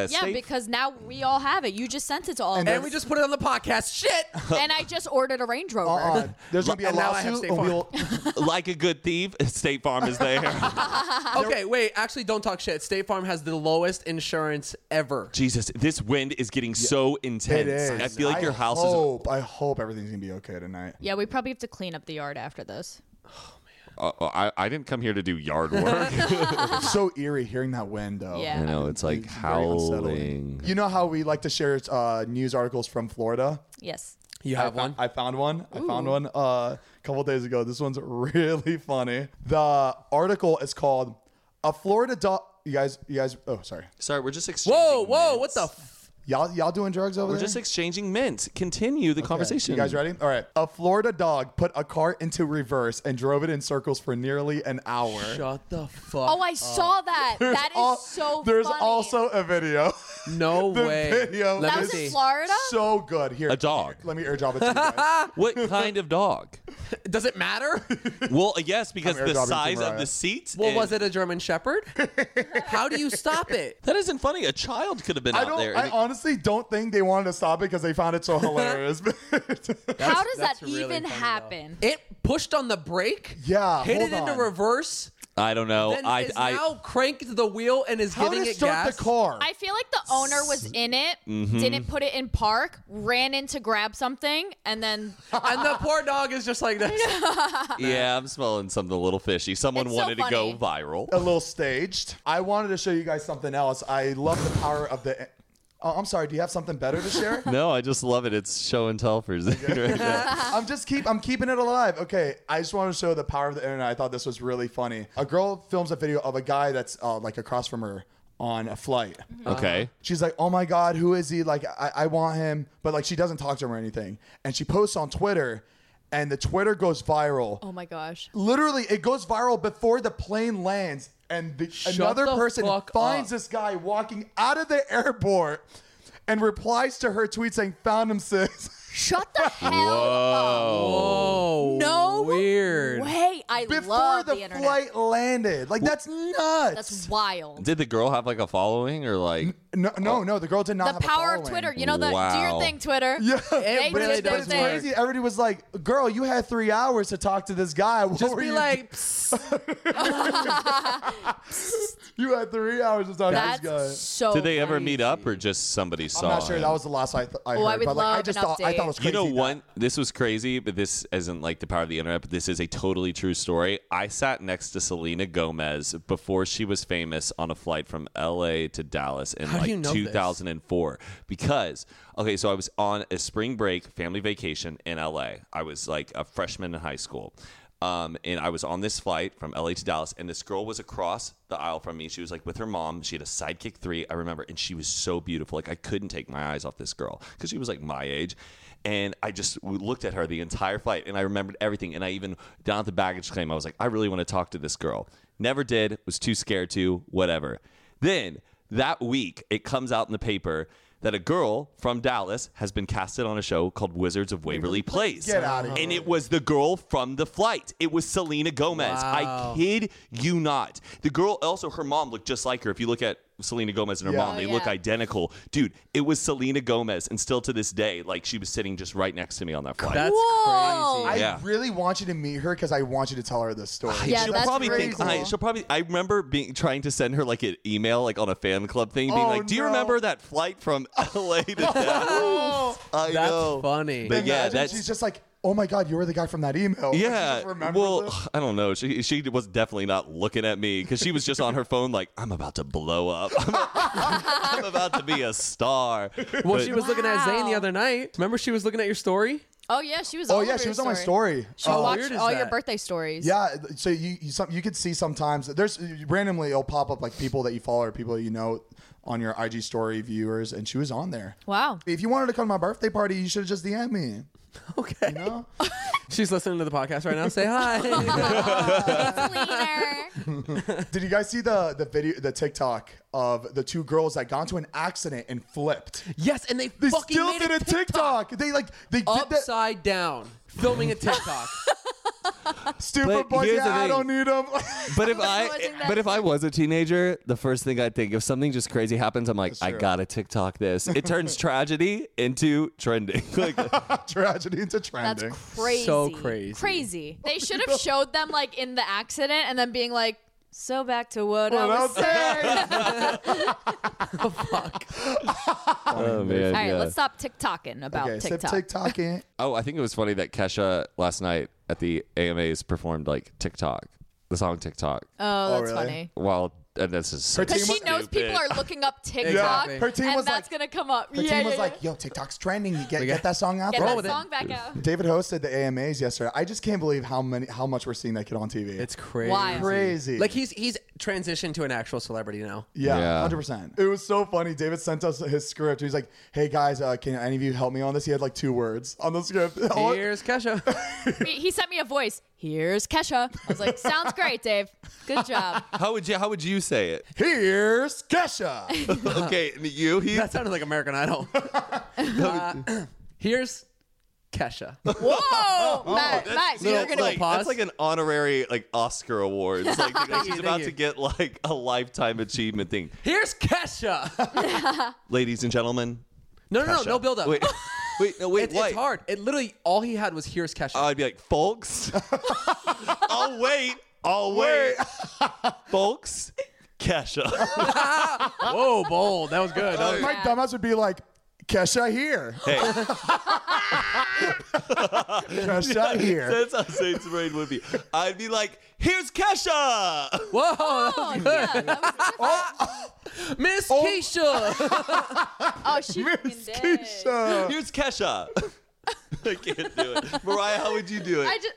D: yeah,
C: stay-
D: because now we all have it. You just sent it to all of
B: And
D: us.
B: we just put it on the podcast. Shit.
D: And I just ordered a Range Rover.
A: uh-uh. There's gonna be a
B: And now I have
A: lawsuit.
B: State
A: and
B: Farm.
A: we'll-
C: like a good thief, State Farm is there.
B: okay, wait. Actually, don't talk shit. State Farm has the lowest insurance ever.
C: Jesus, this wind is getting so
A: it
C: intense.
A: is.
C: I feel like your house is.
A: hope, I hope everything's gonna be okay tonight.
D: yeah, we probably have to clean up the yard after this.
C: Uh, uh, I, I didn't come here to do yard work.
A: It's so eerie hearing that wind though.
C: I
D: Yeah.
C: know it's like
A: It's very unsettling.
C: howling.
A: You know how we like to share uh, news articles from Florida?
D: Yes.
B: You
A: I, fo- I found one. I found one uh, a couple days ago. This one's really funny. The article is called "A Florida Dog." You guys, you guys. Oh, sorry.
C: Sorry, we're just exchanging.
B: Whoa, whoa.
C: mints.
B: What the? F-
A: Y'all, y'all doing drugs over
C: We're
A: there?
C: just exchanging mints. Continue the conversation.
A: You guys ready? All right. A Florida dog put a car into reverse and drove it in circles for nearly an hour.
B: Shut the fuck.
D: Oh, I saw
B: uh.
D: that. That is
A: Al-
D: so
A: There's
D: funny.
A: also a video.
B: No
A: The
B: way.
A: video
B: Let
D: That
B: me
D: was
B: see.
D: in Florida?
A: So good. Here,
C: A dog.
A: Let me airdrop it to you guys.
C: What kind of dog?
B: Does it matter?
C: Well, uh, yes, because
A: I'm
C: the
A: airdropping to
C: size of
A: Mariah.
C: the seats.
B: well,
C: and-
B: was it a German Shepherd? How do you stop it?
C: That isn't funny. A child could have been
A: I
C: out
A: don't.
C: there.
A: I honestly don't think they wanted to stop it because they found it so hilarious.
D: How does that
B: that's really funny,
D: even
B: though.
D: happen?
B: It pushed on the brake.
A: Yeah,
B: Hit
A: hold
B: it into
A: on.
B: reverse.
C: I don't know.
B: Then
C: I,
B: is
C: I
B: now cranked the wheel and is
A: How
B: giving
A: to
B: it
A: start
B: gas.
A: the car?
D: I feel like the owner was in it,
A: Mm-hmm.
D: didn't put it in park, ran in to grab something, and then
B: and the poor dog is just like this.
C: yeah, I'm smelling something a little fishy. Someone
D: It's so
C: wanted to go
D: funny.
C: viral.
A: a little staged. I wanted to show you guys something else. I love the power of the. Oh, I'm sorry. Do you have something better to share?
C: No, I just love it. It's show and tell for Zane right now.
A: I'm just keep. I'm keeping it alive. Okay, I just wanted to show the power of the internet. I thought this was really funny. A girl films a video of a guy that's uh, like across from her on a flight.
C: Okay.
A: She's like, oh my God, who is he? Like, I, I want him. But like, she doesn't talk to him or anything. And she posts on Twitter, and the Twitter goes viral.
D: oh my gosh.
A: Literally, it goes viral before the plane lands, and the,
B: Shut
A: another
B: the
A: person
B: fuck
A: finds
B: up.
A: this guy walking out of the airport and replies to her tweet saying, "Found him, sis."
D: Shut the hell up.
B: Oh,
D: No
B: weird.
D: way. I
A: Before
D: love the,
A: the,
D: internet.
A: flight landed, like that's nuts.
D: That's wild.
C: Did the girl have like a following or like?
A: no, no, no. The girl did not.
D: The
A: have a
D: power of
A: following.
D: Twitter. You know the do
C: Wow.
D: your thing, Twitter.
A: Yeah,
D: They
B: It
D: did
B: really
D: their
A: but it's
B: does
D: thing.
B: work.
A: crazy. Everybody was like, "Girl, you had three hours to talk to this guy. What
B: Just
A: were
B: be
A: you
B: like, "Psst."
A: You had three hours to talk to
D: That's
A: this
D: so
C: Did they ever
D: funny.
C: meet up or just somebody
A: guy.
C: saw?
A: Oh, I'm not sure
C: him?
A: that was the last I, th- I
D: Oh,
A: heard,
D: I would
A: but like, I
D: love
A: just
D: an
A: thought I thought
D: update.
A: it was
C: You
A: crazy.
C: know,
A: that-
C: one. This was crazy, but this isn't like the power of the internet. But this is a totally true story. I sat next to Selena Gomez before she was famous on a flight from L.A. to Dallas in
B: How do
C: like
B: you know this?
C: 2004. Because okay, so I was on a spring break family vacation in L.A. I was like a freshman in high school. Um, and I was on this flight from LA to Dallas, and this girl was across the aisle from me. She was like with her mom. She had a sidekick three, I remember, and she was so beautiful. Like I couldn't take my eyes off this girl because she was like my age. And I just w- looked at her the entire flight, and I remembered everything. And I even down at the baggage claim, I was like, I really want to talk to this girl. Never did. Was too scared to. Whatever. Then that week, it comes out in the paper that a girl from Dallas has been casted on a show called Wizards of Waverly Place.
A: Get outta here.
C: And it was the girl from the flight. It was Selena Gomez. I kid you not. The girl also, her mom looked just like her. If you look at Selena Gomez and her
A: Yeah.
C: mom.
D: Oh,
C: They
D: yeah.
C: look identical, dude. It was Selena Gomez, and still to this day, like she was sitting just right next to me on that flight.
B: That's
D: Whoa.
B: crazy.
A: I
C: Yeah.
A: really want you to meet her because I want you to tell her this story.
D: Yeah,
C: she'll
D: that's
C: probably
D: pretty
C: think
D: cool.
C: I, she'll probably. I remember being trying to send her like an email, like on a fan club thing, being
A: Oh,
C: like, "Do you
A: no.
C: remember that flight from L.A. to Dallas?" I
B: That's
C: know.
B: funny.
C: But yeah,
A: Imagine
C: that's
A: uh, she's just like, oh my god, you were the guy from that email. Like, she
C: yeah.
A: just remembers
C: Well,
A: it.
C: I don't know. She she was definitely not looking at me because she was just on her phone, like, "I'm about to blow up. I'm about to be a star."
B: Well,
C: But-
B: she was looking at Zayn the other night. Remember, she was looking at your story.
D: Oh yeah, she was.
A: oh
D: all
A: yeah,
D: over
A: she
D: your
A: was on my story. Uh,
D: She
B: Oh,
D: watched
B: weird is
D: all your
B: that?
D: birthday stories.
A: Yeah, so you you, some, you could see sometimes there's randomly it'll pop up like people that you follow or people you know on your IG story viewers, and she was on there.
D: Wow.
A: If you wanted to come to my birthday party, you should have just DM me.
B: Okay. She's listening to the podcast right now. Say hi.
D: Cleaner.
A: Did you guys see the the video the TikTok of the two girls that got into an accident and flipped?
B: yes, and they,
A: They
B: fucking
A: still
B: made
A: did
B: a
A: a TikTok. They like they did that
B: upside down, filming a TikTok.
A: stupid
C: But
A: boy.
C: here's
A: Yeah,
C: the
A: I
C: thing.
A: don't need them.
C: But if
D: watching
C: I
D: that.
C: but if I was a teenager, the first thing I'd think if something just crazy happens, I'm like, I gotta TikTok this. It turns tragedy into trending. Like,
A: Tragedy into
D: That's
A: trending.
D: crazy.
B: So crazy.
D: Crazy. They should have showed them like in the accident and then being like, "So back to what I was saying."
C: oh man.
D: All right,
C: yeah.
D: let's stop TikToking about
A: okay,
D: TikTok.
A: sip TikToking.
C: Oh, I think it was funny that Kesha last night at the AMAs performed like TikTok, the song TikTok.
D: Oh, that's
A: really?
D: funny.
C: While and this is so
A: Her
D: Because
A: team
D: she
A: was-
D: knows people are looking up TikTok,
B: Exactly.
A: Her team
D: and
A: was
D: that's
A: like-
D: gonna come up.
A: The
D: yeah,
A: team
D: yeah,
A: was
D: yeah.
A: like, "Yo, TikTok's trending. You get get that song out."
D: get
A: there."
D: that song back out.
A: David hosted the AMAs yesterday. I just can't believe how many how much we're seeing that kid on TV.
B: it's crazy.
D: Wild.
A: crazy.
B: Like he's he's transitioned to an actual celebrity now.
C: Yeah.
A: yeah, hundred percent. It was so funny. David sent us his script. He's like, "Hey guys, uh, can any of you help me on this?" He had like two words on the script. All-
B: Here's Kesha.
D: He, he sent me a voice. Here's Kesha. I was like, sounds great, Dave. Good job.
C: How would you how would you say it?
A: Here's Kesha.
C: okay, and you he
B: That sounded like American Idol.
C: oh,
B: Uh, here's Kesha.
D: Whoa,
A: Oh,
D: Matt, Matt,
C: Little-
D: you're gonna
C: like,
B: pause.
C: That's like an honorary like Oscar award. It's like
B: Thank
C: she's
B: you,
C: about
B: thank
C: to
B: you.
C: get like a lifetime achievement thing.
B: Here's Kesha.
C: Ladies and gentlemen,
B: No, no, no,
C: Kesha.
B: no build up.
C: Wait, wait, no, wait,
B: It's,
C: wait.
B: it's hard. It literally all he had was here's Kesha.
C: I'd be like, folks, I'll wait, I'll wait, folks, Kesha. Uh,
B: Whoa, bold. That was good. That was-
A: My dumbass would be like, "Kesha here,
C: hey,
A: Kesha here."
C: that's how Saints Brain would be. I'd be like, here's Kesha.
B: Whoa, that was good. Miss Keisha.
D: Oh, she fucking did.
A: Kesha.
C: Here's Kesha. I can't do it. Mariah, how would you do it?
D: I just.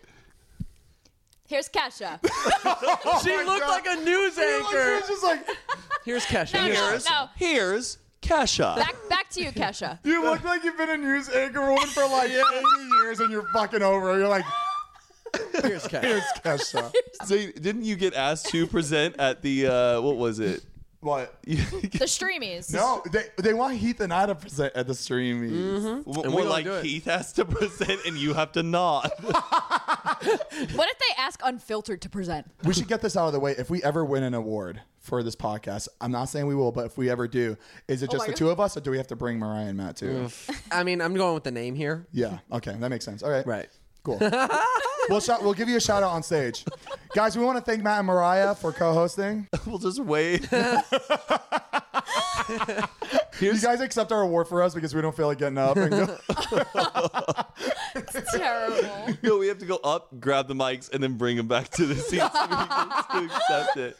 D: Here's Kesha.
A: Oh
B: she looked like a news anchor.
A: It's just like
B: Here's Kesha.
D: No,
B: Here's-
D: no, no.
C: here's Kesha.
D: Back, back to you, Kesha.
A: you look like you've been a news anchor woman for like 80 years, and you're fucking over. it. You're like,
B: Here's Kesha.
A: "Here's Kesha."
C: So didn't you get asked to present at the uh, what was it?
A: What?
D: The streamies.
A: No, they they want Heath and I to present at the stream.
C: W-
B: And
C: More
B: we don't
C: like
B: do it.
C: Keith has to present and you have to nod.
D: What if they ask unfiltered to present?
A: We should get this out of the way. If we ever win an award for this podcast, I'm not saying we will, but if we ever do, is it just
D: my
A: the two of us, or do we have to bring Mariah and Matt too?
B: I mean, I'm going with the name here.
A: Yeah. Okay, that makes sense. All right.
B: Right.
A: Cool. we'll shout. We'll give you a shout out on stage, guys. We want to thank Matt and Mariah for co-hosting.
C: we'll just wait.
A: you guys accept our award for us because we don't feel like getting up. And go-
D: Terrible.
C: Yo, we have to go up, grab the mics, and then bring them back to the seats so we can accept it.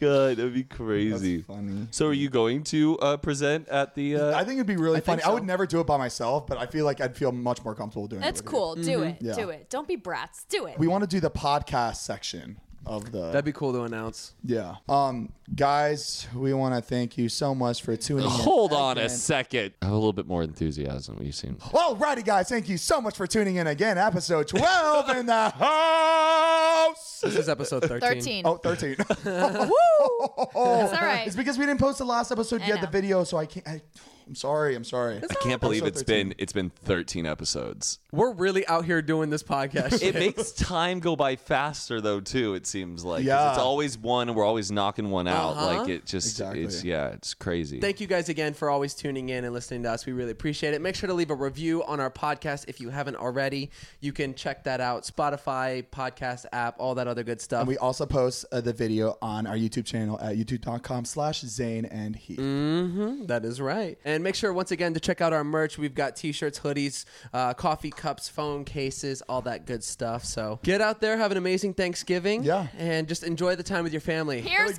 C: God, that'd be crazy.
A: funny.
C: So are you going to uh, present at the? Uh,
A: I think it'd be really funny. I would never do it by myself, but I feel like I'd feel much more comfortable doing
D: That's
A: it. with you.
D: cool.
F: Mm-hmm.
D: Do it.
A: Yeah.
D: Do it. Don't be brats. Do it.
A: We want to do the podcast section of the
B: That'd be cool to announce.
A: Yeah. Um, guys, we want to thank you so much for tuning in.
C: Hold on a second. Have a little bit more enthusiasm. What you seen?
A: Alrighty, guys, thank you so much for tuning in again. Episode 12 in the house.
B: This is episode 13.
D: 13.
A: Oh, 13.
D: That's all right.
A: it's because we didn't post the last episode
D: I
A: yet, the
D: know.
A: video, so I can't. I, I'm sorry. I'm sorry.
C: I can't believe
A: Episode
C: it's
A: 13.
C: been it's been 13 episodes.
B: We're really out here doing this podcast.
C: It makes time go by faster though too. It seems like 'cause
A: Yeah.
C: it's always one, and we're always knocking one out. Like it just
A: Exactly.
C: it's yeah, it's crazy.
B: Thank you guys again for always tuning in and listening to us. We really appreciate it. Make sure to leave a review on our podcast if you haven't already. You can check that out Spotify, podcast app, all that other good stuff.
A: And we also post uh, the video on our YouTube channel at youtube.com slash Zane and He.
C: Mm.
B: That is right. And make sure once again to check out our merch. We've got t-shirts, hoodies, uh, coffee cups, phone cases, all that good stuff. So get out there, have an amazing Thanksgiving,
A: Yeah.
B: and just enjoy the time with your family.
D: Here's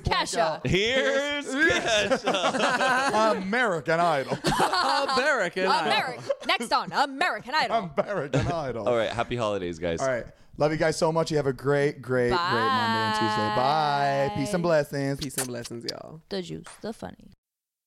D: Kesha.
C: Here's
A: American Idol.
B: American.
D: American. Next on American Idol.
F: Um,
A: American Idol.
C: all right. Happy holidays, guys.
A: All right. Love you guys so much. You have a great, great, great Monday and Tuesday. Bye. Peace and blessings.
B: Peace and blessings, y'all.
D: the juice, the funny.